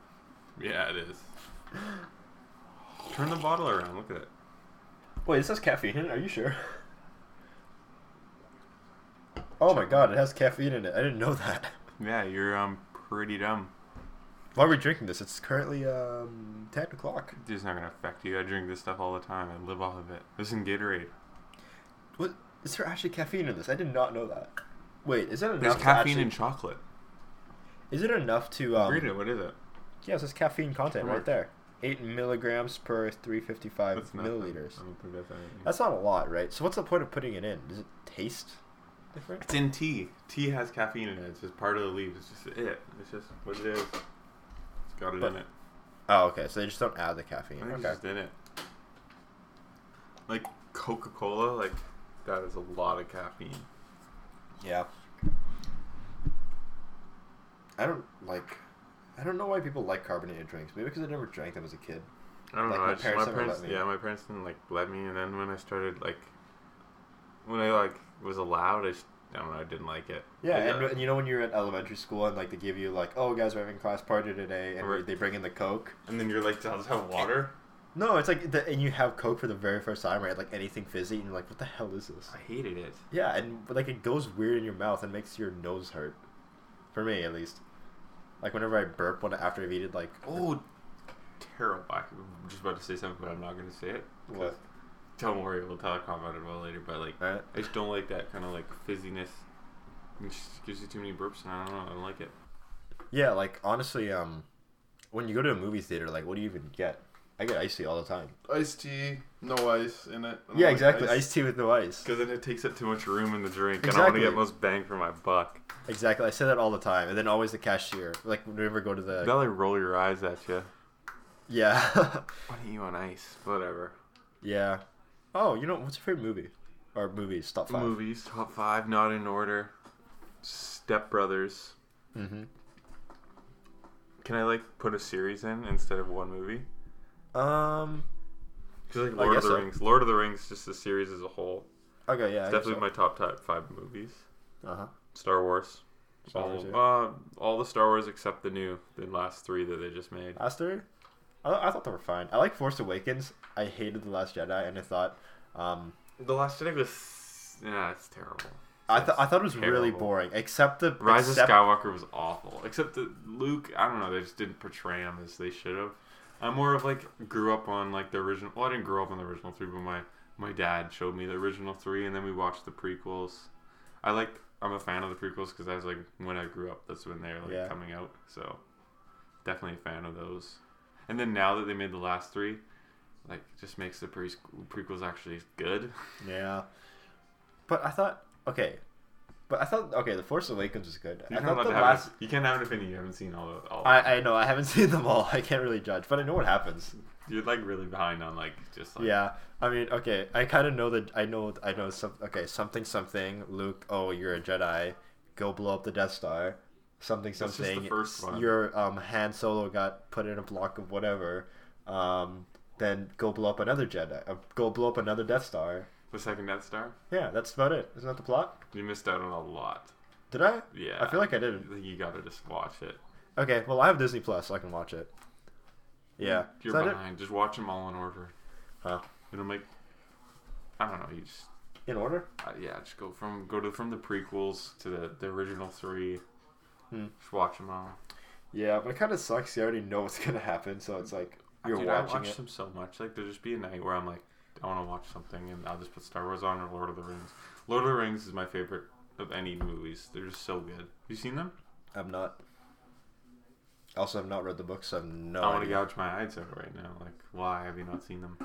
Speaker 2: yeah, it is. Turn the bottle around. Look at it.
Speaker 1: Wait, it says caffeine in it. Are you sure? Oh my god, it has caffeine in it. I didn't know that.
Speaker 2: Yeah, you're um pretty dumb.
Speaker 1: Why are we drinking this? It's currently um ten o'clock.
Speaker 2: It's not gonna affect you. I drink this stuff all the time. I live off of it. This and Gatorade.
Speaker 1: What is there actually caffeine in this? I did not know that. Wait, is that enough?
Speaker 2: There's
Speaker 1: to
Speaker 2: caffeine
Speaker 1: actually-
Speaker 2: in chocolate.
Speaker 1: Is it enough to um?
Speaker 2: Read it. What is it?
Speaker 1: Yeah, it says caffeine content
Speaker 2: Right.
Speaker 1: right there. Eight milligrams per three fifty five
Speaker 2: nothing.
Speaker 1: uh, milliliters.
Speaker 2: I don't think that's anything.
Speaker 1: That's not a lot, right? So what's the point of putting it in? Does it taste different?
Speaker 2: It's in tea. Tea has caffeine in it. It's just part of the leaf. It's just it. It's just what it is. It's got it
Speaker 1: But-
Speaker 2: in it.
Speaker 1: Oh, okay. So they just don't add the
Speaker 2: I
Speaker 1: caffeine.
Speaker 2: think it's
Speaker 1: Okay.
Speaker 2: just in it. Like Coca Cola, like that is a lot of caffeine.
Speaker 1: Yeah. I don't like. I don't know why people like carbonated drinks. Maybe because I never drank them as a kid.
Speaker 2: I don't
Speaker 1: Like,
Speaker 2: know.
Speaker 1: my
Speaker 2: I just,
Speaker 1: parents
Speaker 2: my
Speaker 1: never
Speaker 2: parents,
Speaker 1: let me.
Speaker 2: yeah, my parents didn't like let me, and then when I started like, when I like was allowed, I, just, I don't know. I didn't like it.
Speaker 1: Yeah,
Speaker 2: Like,
Speaker 1: and,
Speaker 2: uh,
Speaker 1: and you know when you're in elementary school and like they give you like, oh guys, we're having class party today, and
Speaker 2: Right.
Speaker 1: they bring in the coke.
Speaker 2: and then you're like, does it have water?
Speaker 1: No, it's like the, and you have coke for the very first time, right? Like anything fizzy, and you're like, what the hell is this?
Speaker 2: I hated it.
Speaker 1: Yeah, and but, like it goes weird in your mouth and makes your nose hurt. For me, at least. Like whenever I burp when after I've eaten, like
Speaker 2: Oh, terrible! I'm just about to say something, but I'm not gonna say it. 'cause-
Speaker 1: what?
Speaker 2: Don't worry, we'll talk about it well later. But like,
Speaker 1: Alright.
Speaker 2: I just don't like that kind of like fizziness. It just gives you too many burps, and I don't know. I don't like it.
Speaker 1: Yeah, like honestly, um, when you go to a movie theater, like what do you even get? I get iced tea all the time.
Speaker 3: Iced tea, no ice in it. I don't
Speaker 1: yeah,
Speaker 3: like
Speaker 1: exactly.
Speaker 3: ice.
Speaker 1: Iced tea with no ice.
Speaker 2: Because then it takes up too much room in the drink, and I want to get
Speaker 1: Exactly.
Speaker 2: most bang for my buck.
Speaker 1: Exactly. I say that all the time, and then always the cashier. Like whenever I go to the
Speaker 2: They'll like roll your eyes at you.
Speaker 1: yeah,
Speaker 2: Why are you on ice? Whatever.
Speaker 1: yeah. Oh, you know what's your favorite movie? Or movies? Top five.
Speaker 2: Movies top five, not in order. Step Brothers.
Speaker 1: Mm-hmm.
Speaker 2: Can I like put a series in instead of one movie?
Speaker 1: Um.
Speaker 2: Because like
Speaker 1: I
Speaker 2: Lord of
Speaker 1: guess
Speaker 2: the
Speaker 1: so.
Speaker 2: Rings, Lord of the Rings, just the series as a whole.
Speaker 1: Okay. Yeah.
Speaker 2: It's definitely my top type five movies.
Speaker 1: Uh huh.
Speaker 2: Star Wars.
Speaker 1: Star
Speaker 2: all,
Speaker 1: Wars, yeah.
Speaker 2: uh, all the Star Wars except the new, the last three that they just made.
Speaker 1: Last three? I, I thought they were fine. I like Force Awakens. I hated The Last Jedi, and I thought, um,
Speaker 2: The Last Jedi was yeah, it's terrible.
Speaker 1: I thought I thought it was really
Speaker 2: Terrible.
Speaker 1: boring. Except the
Speaker 2: Rise
Speaker 1: except,
Speaker 2: of Skywalker was awful. Except that Luke, I don't know, they just didn't portray him as they should have. I'm more of like grew up on like the original. Well, I didn't grow up on the original three, but my my dad showed me the original three, and then we watched the prequels. I like I'm a fan of the prequels because I was like when I grew up, that's when they're like
Speaker 1: Yeah.
Speaker 2: coming out. So definitely a fan of those. And then now that they made the last three, like just makes the pre- prequels actually good.
Speaker 1: Yeah, but I thought okay, but I thought okay, The Force Awakens was good.
Speaker 2: You're
Speaker 1: I thought
Speaker 2: not allowed
Speaker 1: the
Speaker 2: to have
Speaker 1: last.
Speaker 2: an- you can't have an opinion. You haven't seen all of all.
Speaker 1: I, I know I haven't seen them all. I can't really judge, but I know what happens.
Speaker 2: You're like really behind on like just like
Speaker 1: Yeah, I mean, okay, I kind of know that. I know, I know some. Okay, something, something. Luke, oh, you're a Jedi. Go blow up the Death Star. something
Speaker 2: That's just the
Speaker 1: something.
Speaker 2: first one.
Speaker 1: Your um, Han Solo got put in a block of whatever. Um, then go blow up another Jedi. Uh, go blow up another Death Star.
Speaker 2: The second Death Star.
Speaker 1: Yeah, that's about it. Isn't that the plot?
Speaker 2: You missed out on a lot.
Speaker 1: Did I?
Speaker 2: Yeah.
Speaker 1: I feel like I didn't.
Speaker 2: You gotta just watch it.
Speaker 1: Okay, well I have Disney Plus, so I can watch it. Yeah,
Speaker 2: You're
Speaker 1: is that it?
Speaker 2: behind. Just watch them all in order.
Speaker 1: Huh.
Speaker 2: It'll make. I don't know. You just
Speaker 1: In order?
Speaker 2: uh, yeah. Just go from go to from the prequels to the, the original three.
Speaker 1: Hmm.
Speaker 2: Just watch them all.
Speaker 1: Yeah, but it kind of sucks. You already know what's gonna happen, so it's like you're
Speaker 2: Dude, I
Speaker 1: watching
Speaker 2: watch
Speaker 1: it.
Speaker 2: them so much. Like there'll just be a night where I'm like, I want to watch something, and I'll just put Star Wars on or Lord of the Rings. Lord of the Rings is my favorite of any movies. They're just so good. Have you seen them?
Speaker 1: I'm not. Also, I've not read the books. So I have no.
Speaker 2: I want to
Speaker 1: idea.
Speaker 2: gouge my eyes out right now. Like, why have you not seen them?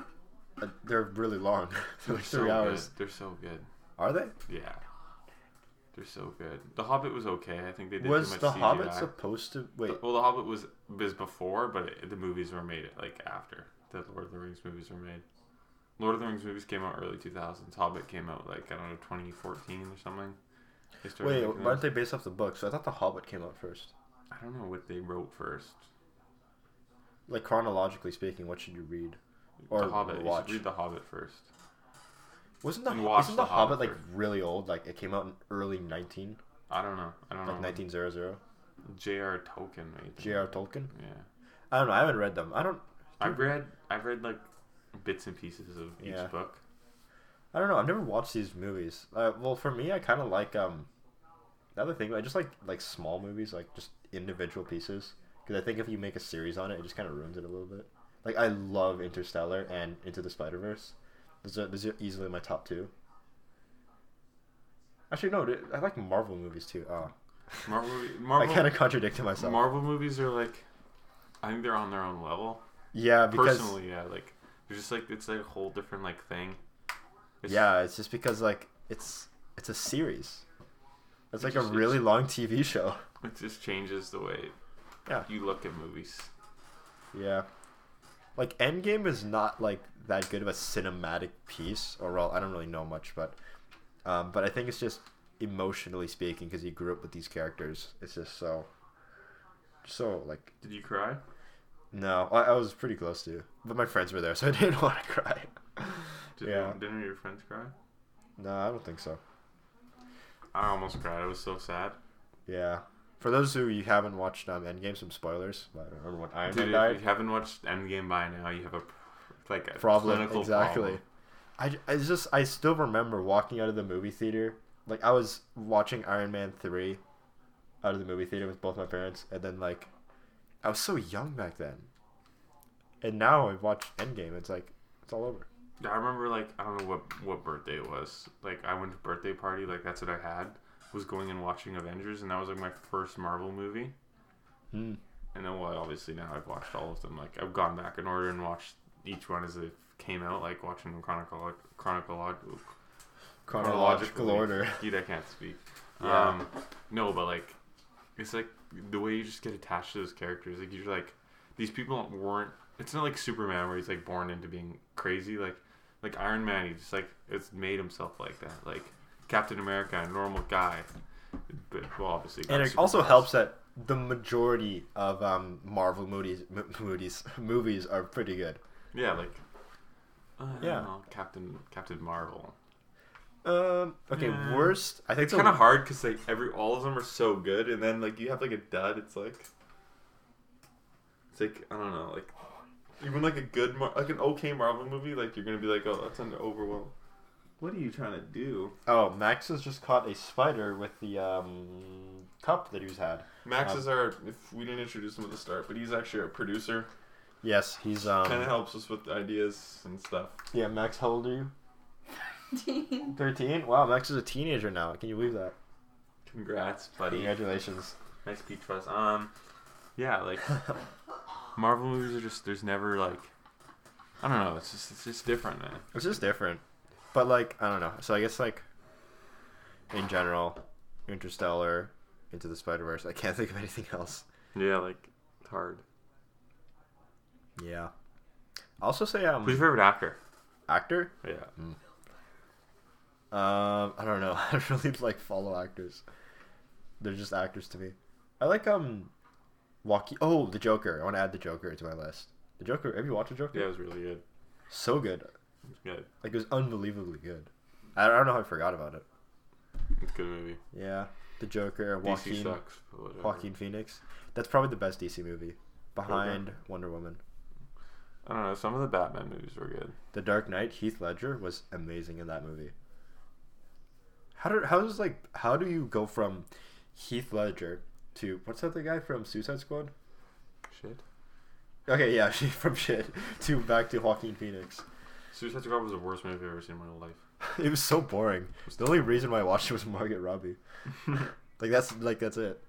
Speaker 1: Uh, They're really long. They're
Speaker 2: They're
Speaker 1: like
Speaker 2: so
Speaker 1: three hours.
Speaker 2: good. They're so good.
Speaker 1: Are they?
Speaker 2: Yeah. They're so good. The Hobbit was okay. I think they did too
Speaker 1: Was
Speaker 2: much
Speaker 1: the
Speaker 2: CGI.
Speaker 1: Hobbit supposed to wait?
Speaker 2: The- well, The Hobbit was was before, but it, the movies were made like after the Lord of the Rings movies were made. Lord of the Rings movies came out early 2000s. Hobbit came out like I don't know 2014 or something. They started
Speaker 1: Wait,
Speaker 2: making
Speaker 1: aren't
Speaker 2: those.
Speaker 1: they based off the books? So I thought the Hobbit came out first.
Speaker 2: I don't know what they wrote first.
Speaker 1: Like chronologically speaking, what should you read? Or
Speaker 2: the Hobbit.
Speaker 1: watch.
Speaker 2: You should read The Hobbit first.
Speaker 1: Wasn't the
Speaker 2: And
Speaker 1: Ho-
Speaker 2: watch
Speaker 1: isn't the,
Speaker 2: The
Speaker 1: Hobbit,
Speaker 2: Hobbit
Speaker 1: like
Speaker 2: first.
Speaker 1: really old? Like it came out in early nineteen,
Speaker 2: I don't know. I don't
Speaker 1: like
Speaker 2: know.
Speaker 1: nineteen zero zero.
Speaker 2: J.R. Tolkien made. them.
Speaker 1: J.R. Tolkien.
Speaker 2: Yeah.
Speaker 1: I don't know. I haven't read them. I don't.
Speaker 2: I've read I've read like bits and pieces of each
Speaker 1: Yeah.
Speaker 2: book.
Speaker 1: I don't know. I've never watched these movies. Uh, well, for me, I kind of like um. The other thing, I just like like small movies, like just individual pieces. Because I think if you make a series on it, it just kind of ruins it a little bit. Like I love Interstellar and Into the Spider Verse. Those are, those are easily my top two. Actually, no, dude, I like Marvel movies too. Oh,
Speaker 2: Marvel movie-
Speaker 1: I
Speaker 2: Marvel
Speaker 1: kind of contradicted myself.
Speaker 2: Marvel movies are like, I think they're on their own level.
Speaker 1: yeah, because
Speaker 2: Personally, yeah, like they're just like it's like a whole different like thing. It's,
Speaker 1: yeah, it's just because like it's it's a series. It's like a
Speaker 2: just- it's-
Speaker 1: really long TV show.
Speaker 2: it just changes the way
Speaker 1: Yeah.
Speaker 2: you look at movies.
Speaker 1: Yeah. Like Endgame is not like that good of a cinematic piece, or well, I don't really know much, but um, but I think it's just emotionally speaking because you grew up with these characters. It's just so, so like
Speaker 2: Did you cry?
Speaker 1: no, I, I was pretty close to, but my friends were there, so I didn't want to cry.
Speaker 2: Did
Speaker 1: Yeah.
Speaker 2: Didn't any of your friends cry?
Speaker 1: No, I don't think so.
Speaker 2: I almost cried. I was so sad.
Speaker 1: Yeah. For those who you haven't watched um, Endgame, some spoilers. But I don't remember when Iron Man
Speaker 2: Dude,
Speaker 1: died.
Speaker 2: if you haven't watched Endgame by now, you have a pr- like a
Speaker 1: problem
Speaker 2: clinical
Speaker 1: exactly
Speaker 2: problem.
Speaker 1: I, j- I just i still remember walking out of the movie theater like i was watching iron man 3 out of the movie theater with both my parents and then like i was so young back then and now i watch endgame it's like it's all over
Speaker 2: Yeah, I remember like I don't know what what birthday it was. Like I went to birthday party. Like that's what I had was going and watching Avengers, and that was like my first Marvel movie.
Speaker 1: Hmm.
Speaker 2: And then, well, obviously now I've watched all of them. Like I've gone back in order and watched each one as they came out, like watching them chronolog- chronolog-
Speaker 1: chronological order
Speaker 2: Dude, I can't speak.
Speaker 1: Yeah.
Speaker 2: Um, no, but like, it's like the way you just get attached to those characters. Like you're like, these people weren't. It's not like Superman where he's like born into being crazy. Like, like Iron Man, he just like it's made himself like that. Like Captain America, a normal guy, but well, obviously. got
Speaker 1: and it
Speaker 2: super
Speaker 1: also
Speaker 2: powers.
Speaker 1: helps that the majority of um, marvel movies, m- movies movies are pretty good
Speaker 2: Yeah, like. Uh,
Speaker 1: Yeah.
Speaker 2: yeah, Captain Captain Marvel.
Speaker 1: um, okay
Speaker 2: Yeah.
Speaker 1: worst i think
Speaker 2: It's
Speaker 1: the-
Speaker 2: kind of hard because like every all of them are so good, and then like you have like a dud. It's like it's like I don't know, like even like a good Mar- like an okay Marvel movie, like you're gonna be like, oh, that's an overwhelm. What are you trying to do?
Speaker 1: Oh, Max has just caught a spider with the um, cup that he's had.
Speaker 2: Max
Speaker 1: Um,
Speaker 2: is our if we didn't introduce him at the start, but he's actually our producer.
Speaker 1: Yes, he's
Speaker 2: kind of
Speaker 1: um.
Speaker 2: helps us with ideas and stuff.
Speaker 1: Yeah, Max, how old are you? Thirteen. Wow, Max is a teenager now. Can you believe that?
Speaker 2: Congrats, buddy.
Speaker 1: Congratulations.
Speaker 2: Nice peach fuzz. Um, yeah, like Marvel movies are just there's never like I don't know. It's just it's just different, man.
Speaker 1: It's just different, but like I don't know. So I guess like in general, Interstellar, Into the Spider Verse. I can't think of anything else.
Speaker 2: Yeah, like it's hard.
Speaker 1: Yeah. I'll Also say um
Speaker 2: Who's your favorite actor? Mm.
Speaker 1: actor.
Speaker 2: Yeah.
Speaker 1: Um, I don't know. I don't really like follow actors. They're just actors to me. I like um, Joaquin. Oh, the Joker. I want to add the Joker to my list. The Joker. Have you watched the Joker?
Speaker 2: Yeah, it was really good.
Speaker 1: So good.
Speaker 2: It was good.
Speaker 1: Like it was unbelievably good. I, I don't know how I forgot about it.
Speaker 2: It's a good movie.
Speaker 1: Yeah, the Joker.
Speaker 2: DC
Speaker 1: Joaquin.
Speaker 2: sucks. But whatever.
Speaker 1: Joaquin Phoenix. That's probably the best DC movie, behind Wonder Woman.
Speaker 2: I don't know. Some of the Batman movies were good.
Speaker 1: The Dark Knight. Heath Ledger was amazing in that movie. How do how does like how do you go from Heath Ledger to what's that the guy from Suicide Squad?
Speaker 2: Shit.
Speaker 1: Okay, yeah, she from shit to back to Joaquin Phoenix.
Speaker 2: Suicide Squad was the worst movie I've ever seen in my whole life.
Speaker 1: It was so boring. The only reason why I watched it was Margaret Robbie. like that's like that's it.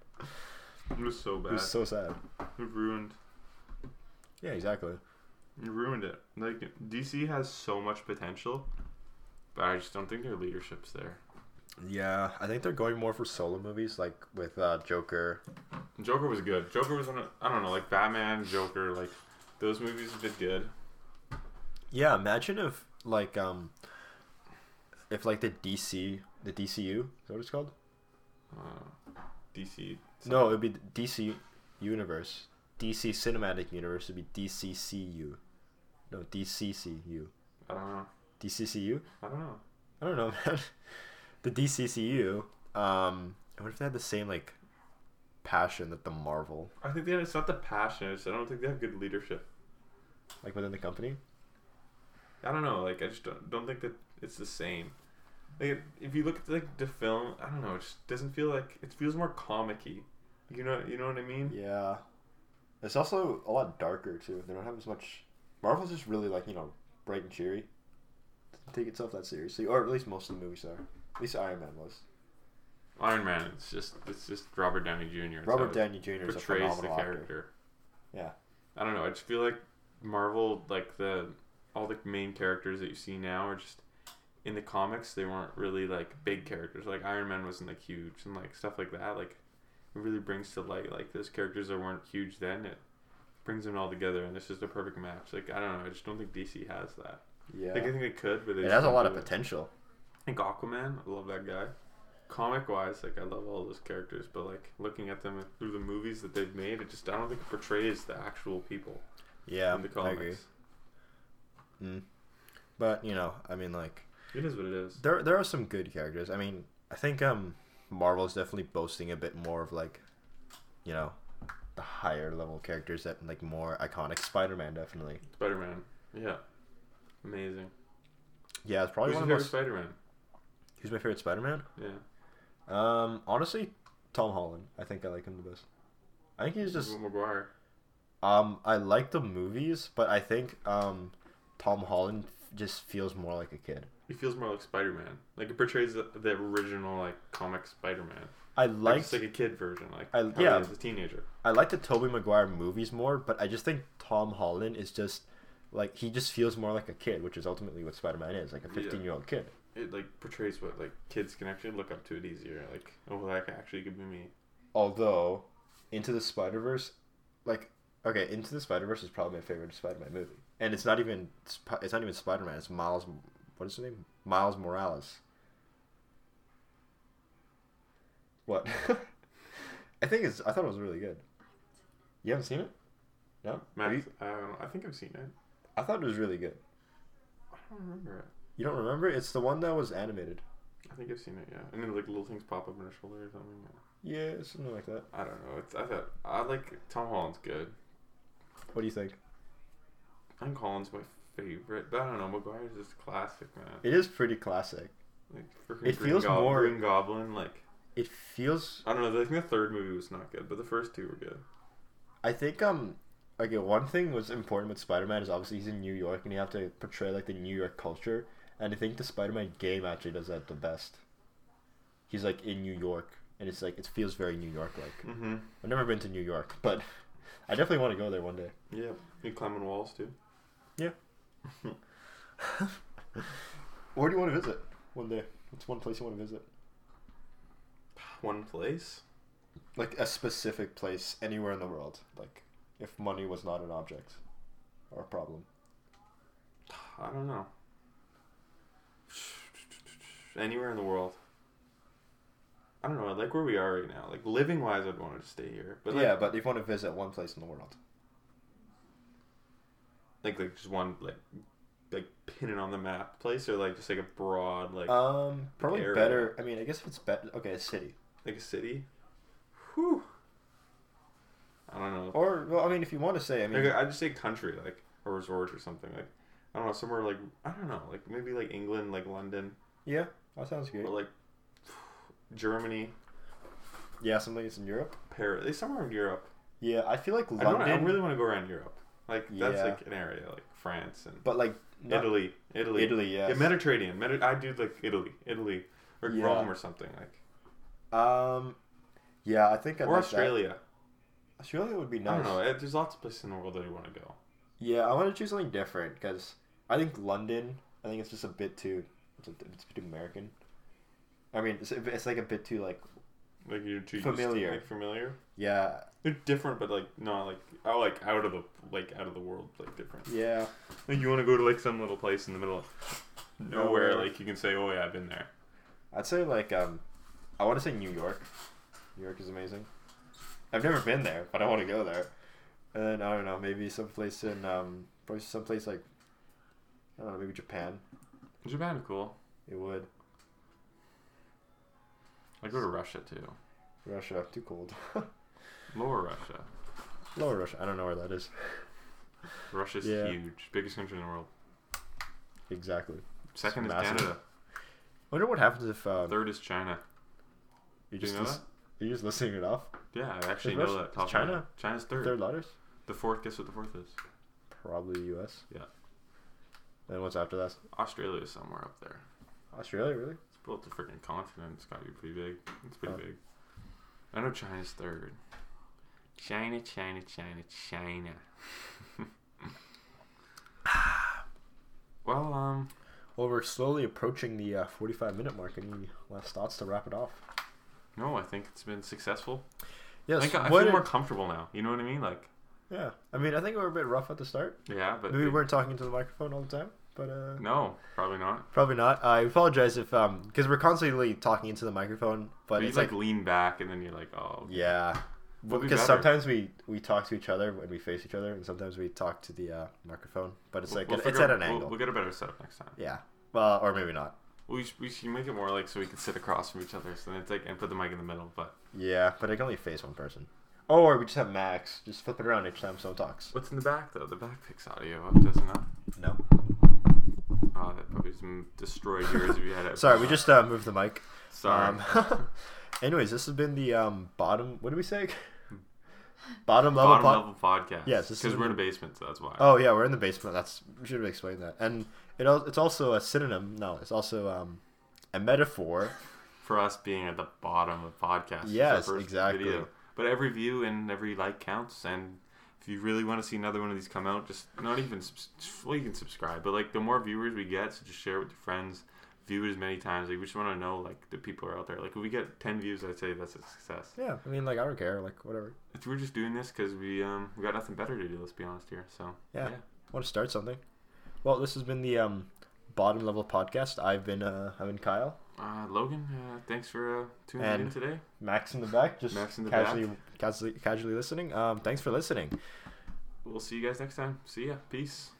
Speaker 2: It was so
Speaker 1: It
Speaker 2: bad. It,
Speaker 1: was so sad.
Speaker 2: ruined.
Speaker 1: Yeah, exactly.
Speaker 2: It ruined it. Like DC has so much potential, but I just don't think their leadership's there.
Speaker 1: Yeah, I think they're going more for solo movies, like with uh, Joker.
Speaker 2: Joker was good. Joker was one of I don't know, like Batman, Joker, like those movies did good.
Speaker 1: Yeah, imagine if like um, if like the DC, the DCU, is that what it's called?
Speaker 2: Uh, DC.
Speaker 1: No, it would be the DC Universe, DC Cinematic Universe would be DCCU, no DCCU,
Speaker 2: I don't know.
Speaker 1: DCCU.
Speaker 2: I don't know.
Speaker 1: I don't know, man. The DCCU. Um, I wonder if they had the same like passion that the Marvel,
Speaker 2: I think they it's not the passion. It's, I don't think they have good leadership.
Speaker 1: like within the company.
Speaker 2: I don't know. Like I just don't, don't think that it's the same. Like if you look at like the film, I don't know. It just doesn't feel like it feels more comicky. You know. You know what I mean?
Speaker 1: Yeah, it's also a lot darker too. They don't have as much. Marvel's just really like you know bright and cheery. Doesn't take itself that seriously, or at least most of the movies are. At least Iron Man was.
Speaker 2: Iron Man. It's just it's just Robert Downey Jr. It's
Speaker 1: Robert
Speaker 2: how
Speaker 1: Downey Jr.
Speaker 2: it
Speaker 1: is a
Speaker 2: portrays the
Speaker 1: phenomenal actor.
Speaker 2: character.
Speaker 1: Yeah.
Speaker 2: I don't know. I just feel like Marvel, like the all the main characters that you see now are just in the comics. They weren't really like big characters. Like Iron Man wasn't like huge and like stuff like that. Like it really brings to light like those characters that weren't huge then. It brings them all together, and it's just a perfect match. Like I don't know. I just don't think DC has that.
Speaker 1: Yeah,
Speaker 2: Like I think they could, but they
Speaker 1: it
Speaker 2: just
Speaker 1: has a
Speaker 2: don't
Speaker 1: lot
Speaker 2: do
Speaker 1: of potential.
Speaker 2: I think Aquaman. I love that guy. Comic wise, like I love all those characters, but like looking at them through the movies that they've made, it just I don't think it portrays the actual people
Speaker 1: Yeah,
Speaker 2: in the
Speaker 1: I
Speaker 2: comics.
Speaker 1: agree. But you know, I mean, like
Speaker 2: It is what it is.
Speaker 1: There, there are some good characters. I mean, I think um, Marvel's definitely boasting a bit more of like, you know, the higher level characters that like more iconic. Spider-Man definitely.
Speaker 2: Spider Man. Yeah. Amazing.
Speaker 1: Yeah, it's probably
Speaker 2: Who's your
Speaker 1: one of
Speaker 2: favorite
Speaker 1: those.
Speaker 2: Spider Man?
Speaker 1: Who's my favorite Spider-Man?
Speaker 2: Yeah.
Speaker 1: Um, honestly, Tom Holland. I think I like him the best. I think he's just
Speaker 2: Just... Maguire.
Speaker 1: um, I like the movies, but I think um, Tom Holland just feels more like a kid.
Speaker 2: He feels more like Spider Man. Like it portrays the, the original like comic Spider Man.
Speaker 1: I
Speaker 2: Like
Speaker 1: like
Speaker 2: it's like a kid version. Like
Speaker 1: I-
Speaker 2: how he
Speaker 1: yeah.
Speaker 2: is a teenager.
Speaker 1: I like the Toby Maguire movies more, but I just think Tom Holland is just like he just feels more like a kid, which is ultimately what Spider Man is, like a
Speaker 2: Yeah.
Speaker 1: fifteen year old kid.
Speaker 2: It like portrays what like kids can actually look up to it easier. Like oh that actually could be me.
Speaker 1: Although Into the Spider Verse like okay, Into the Spider Verse is probably my favorite Spider Man movie. And it's not even Sp- it's not even Spider Man, it's Miles what is his name? Miles Morales. What? I think it's I thought it was really good. You haven't seen it? No? Have
Speaker 2: Max,
Speaker 1: you-
Speaker 2: I don't know. I think I've seen it.
Speaker 1: I thought it was really good.
Speaker 2: I don't remember it.
Speaker 1: You don't remember? It's the one that was animated.
Speaker 2: I think I've seen it. Yeah, and then like little things pop up on her shoulder or something.
Speaker 1: Yeah, something like that.
Speaker 2: I don't know. It's I thought I like Tom Holland's good.
Speaker 1: What do you think?
Speaker 2: I think Holland's my favorite, but I don't know. Maguire's just classic, man.
Speaker 1: It is pretty classic.
Speaker 2: Like freaking
Speaker 1: It
Speaker 2: Green
Speaker 1: feels
Speaker 2: Goblin,
Speaker 1: more-
Speaker 2: Green Goblin. Like
Speaker 1: It feels.
Speaker 2: I don't know. I think the third movie was not good, but the first two were good.
Speaker 1: I think um, okay. One thing was important with Spider Man is obviously he's in New York and you have to portray like the New York culture. And I think the Spider Man game actually does that the best. He's like in New York, and it's like it feels very New York like.
Speaker 2: Mm-hmm.
Speaker 1: I've never been to New York, but I definitely want to go there one day.
Speaker 2: Yeah, you climbing walls too.
Speaker 1: Where do you want to visit one day? What's one place you want to visit?
Speaker 2: One place.
Speaker 1: like a specific place anywhere in the world like if money was not an object or a problem
Speaker 2: I don't know. Anywhere in the world. I don't know. I like where we are right now. Like living wise, I'd want to stay here. But like,
Speaker 1: yeah, but if you want to visit one place in the world,
Speaker 2: like like just one like like pin it on the map place or like just like a broad like
Speaker 1: um, probably
Speaker 2: area.
Speaker 1: better. I mean, I guess if it's better, okay, a city
Speaker 2: like a city. Whew. I don't know.
Speaker 1: or well, I mean, if you want to say, I mean,
Speaker 2: Like, I'd just say country, like a resort or something. Like I don't know, somewhere like I don't know, like maybe like England, like London,
Speaker 1: yeah, that sounds good.
Speaker 2: or like Germany,
Speaker 1: Yeah, something that's in Europe.
Speaker 2: Paris, like, somewhere in Europe.
Speaker 1: Yeah, I feel like
Speaker 2: I, don't,
Speaker 1: London,
Speaker 2: I really want to go around Europe. Like that's
Speaker 1: Yeah.
Speaker 2: like an area like France and
Speaker 1: but like not-
Speaker 2: Italy, Italy,
Speaker 1: Italy, yes.
Speaker 2: yeah, Mediterranean. Medi- I do like Italy, Italy, or
Speaker 1: Yeah.
Speaker 2: Rome or something like,
Speaker 1: Um, yeah, I think I'd
Speaker 2: or
Speaker 1: like that.
Speaker 2: Australia.
Speaker 1: Australia would be
Speaker 2: I
Speaker 1: nice.
Speaker 2: don't know. eh, There's lots of places in the world that I want to go.
Speaker 1: Yeah, I want to choose something different because I think London. I think it's just a bit too. It's, a, it's a bit too American. I mean, it's, it's like a bit too like
Speaker 2: Like you're too used to,
Speaker 1: Familiar.
Speaker 2: like familiar.
Speaker 1: yeah
Speaker 2: They're different, but like not like oh like out of the like out of the world like different.
Speaker 1: yeah
Speaker 2: Like you want to go to like some little place in the middle of nowhere,
Speaker 1: Nowhere.
Speaker 2: like you can say oh yeah I've been there.
Speaker 1: I'd say like um, I want to say New York. New York is amazing. I've never been there, but I want to go there. And then I don't know, maybe someplace in um, probably someplace like I don't know, maybe Japan.
Speaker 2: Japan cool.
Speaker 1: It would
Speaker 2: I go to Russia too.
Speaker 1: Russia too cold.
Speaker 2: Lower Russia.
Speaker 1: Lower Russia. I don't know where that is
Speaker 2: Russia's
Speaker 1: Yeah.
Speaker 2: huge, biggest country in the world.
Speaker 1: exactly.
Speaker 2: Second is
Speaker 1: massive.
Speaker 2: Canada.
Speaker 1: Wonder what happens if um,
Speaker 2: Third is China.
Speaker 1: you
Speaker 2: Do
Speaker 1: just
Speaker 2: you know
Speaker 1: lis- you're just listening it off.
Speaker 2: Yeah, I actually
Speaker 1: Is
Speaker 2: know
Speaker 1: Russia- is
Speaker 2: that. Top of my
Speaker 1: China?
Speaker 2: head. China's third.
Speaker 1: Third letters,
Speaker 2: The fourth. Guess what the fourth is?
Speaker 1: probably U.S.
Speaker 2: Yeah.
Speaker 1: Then what's after that?
Speaker 2: Australia is somewhere up there.
Speaker 1: Australia, really?
Speaker 2: It's built a freaking continent. It's got to be pretty big. It's pretty
Speaker 1: Oh.
Speaker 2: big. I know China's third. China, China, China, China. well, um,
Speaker 1: Well, we're slowly approaching the uh, 45 minute mark. Any last thoughts to wrap it off?
Speaker 2: no, I think it's been successful.
Speaker 1: Yes.
Speaker 2: Like, I
Speaker 1: what
Speaker 2: feel
Speaker 1: an-
Speaker 2: more comfortable now. You know what I mean? Like,
Speaker 1: Yeah, I mean, I think we were a bit rough at the start.
Speaker 2: yeah, but
Speaker 1: Maybe we
Speaker 2: it-
Speaker 1: weren't talking to the microphone all the time, but uh,
Speaker 2: no, probably not.
Speaker 1: probably not. I apologize if um, because we're constantly talking into the microphone, but
Speaker 2: But you
Speaker 1: it's
Speaker 2: like,
Speaker 1: like,
Speaker 2: lean back and then you're like, oh, okay.
Speaker 1: yeah,
Speaker 2: We'll be
Speaker 1: because
Speaker 2: better.
Speaker 1: sometimes we we talk to each other when we face each other, and sometimes we talk to the uh, microphone, but it's
Speaker 2: We'll-
Speaker 1: like
Speaker 2: we'll
Speaker 1: it's
Speaker 2: figure
Speaker 1: at
Speaker 2: out-
Speaker 1: an
Speaker 2: we'll-
Speaker 1: angle.
Speaker 2: We'll get a better setup next time.
Speaker 1: Yeah, well, or maybe not.
Speaker 2: We should, we should make it more like so we can sit across from each other. So then it's like and put the mic in the middle. But
Speaker 1: Yeah, but I can only face one person. Oh, Or we just have Max just flip it around each time someone talks.
Speaker 2: what's in the back though? The back picks audio up, doesn't it?
Speaker 1: No.
Speaker 2: Oh, that probably just m- destroyed yours if you had it.
Speaker 1: Sorry, we just uh, moved the mic.
Speaker 2: sorry.
Speaker 1: Um, anyways, this has been the um, bottom. What did we say? bottom level.
Speaker 2: Bottom
Speaker 1: pod-
Speaker 2: level podcast.
Speaker 1: Yes, this
Speaker 2: because
Speaker 1: is-
Speaker 2: we're in a basement, so that's why.
Speaker 1: Oh yeah, we're in the basement. That's we should have explained that. And it al- it's also a synonym. No, it's also um, a metaphor.
Speaker 2: For us being at the bottom of podcasts. it's
Speaker 1: Yes,
Speaker 2: our first
Speaker 1: exactly.
Speaker 2: But every view and every like counts. And if you really want to see another one of these come out, just not even subs- well, you can subscribe. But like the more viewers we get, so just share it with your friends. View it as many times. Like we just want to know like the people are out there. Like if we get ten views, I'd say that's a success.
Speaker 1: Yeah, I mean like I don't care, like whatever.
Speaker 2: It's, we're just doing this because we um we got nothing better to do. Let's be honest here. So
Speaker 1: Yeah. Want to start something? Well, this has been the um, bottom level podcast. I've been uh, I've been Kyle.
Speaker 2: Uh, Logan, uh, thanks for uh, tuning
Speaker 1: And-
Speaker 2: in today.
Speaker 1: Max in the back, just
Speaker 2: Max in the
Speaker 1: casually, casually casually listening. Um, thanks for listening.
Speaker 2: We'll see you guys next time. See ya. Peace.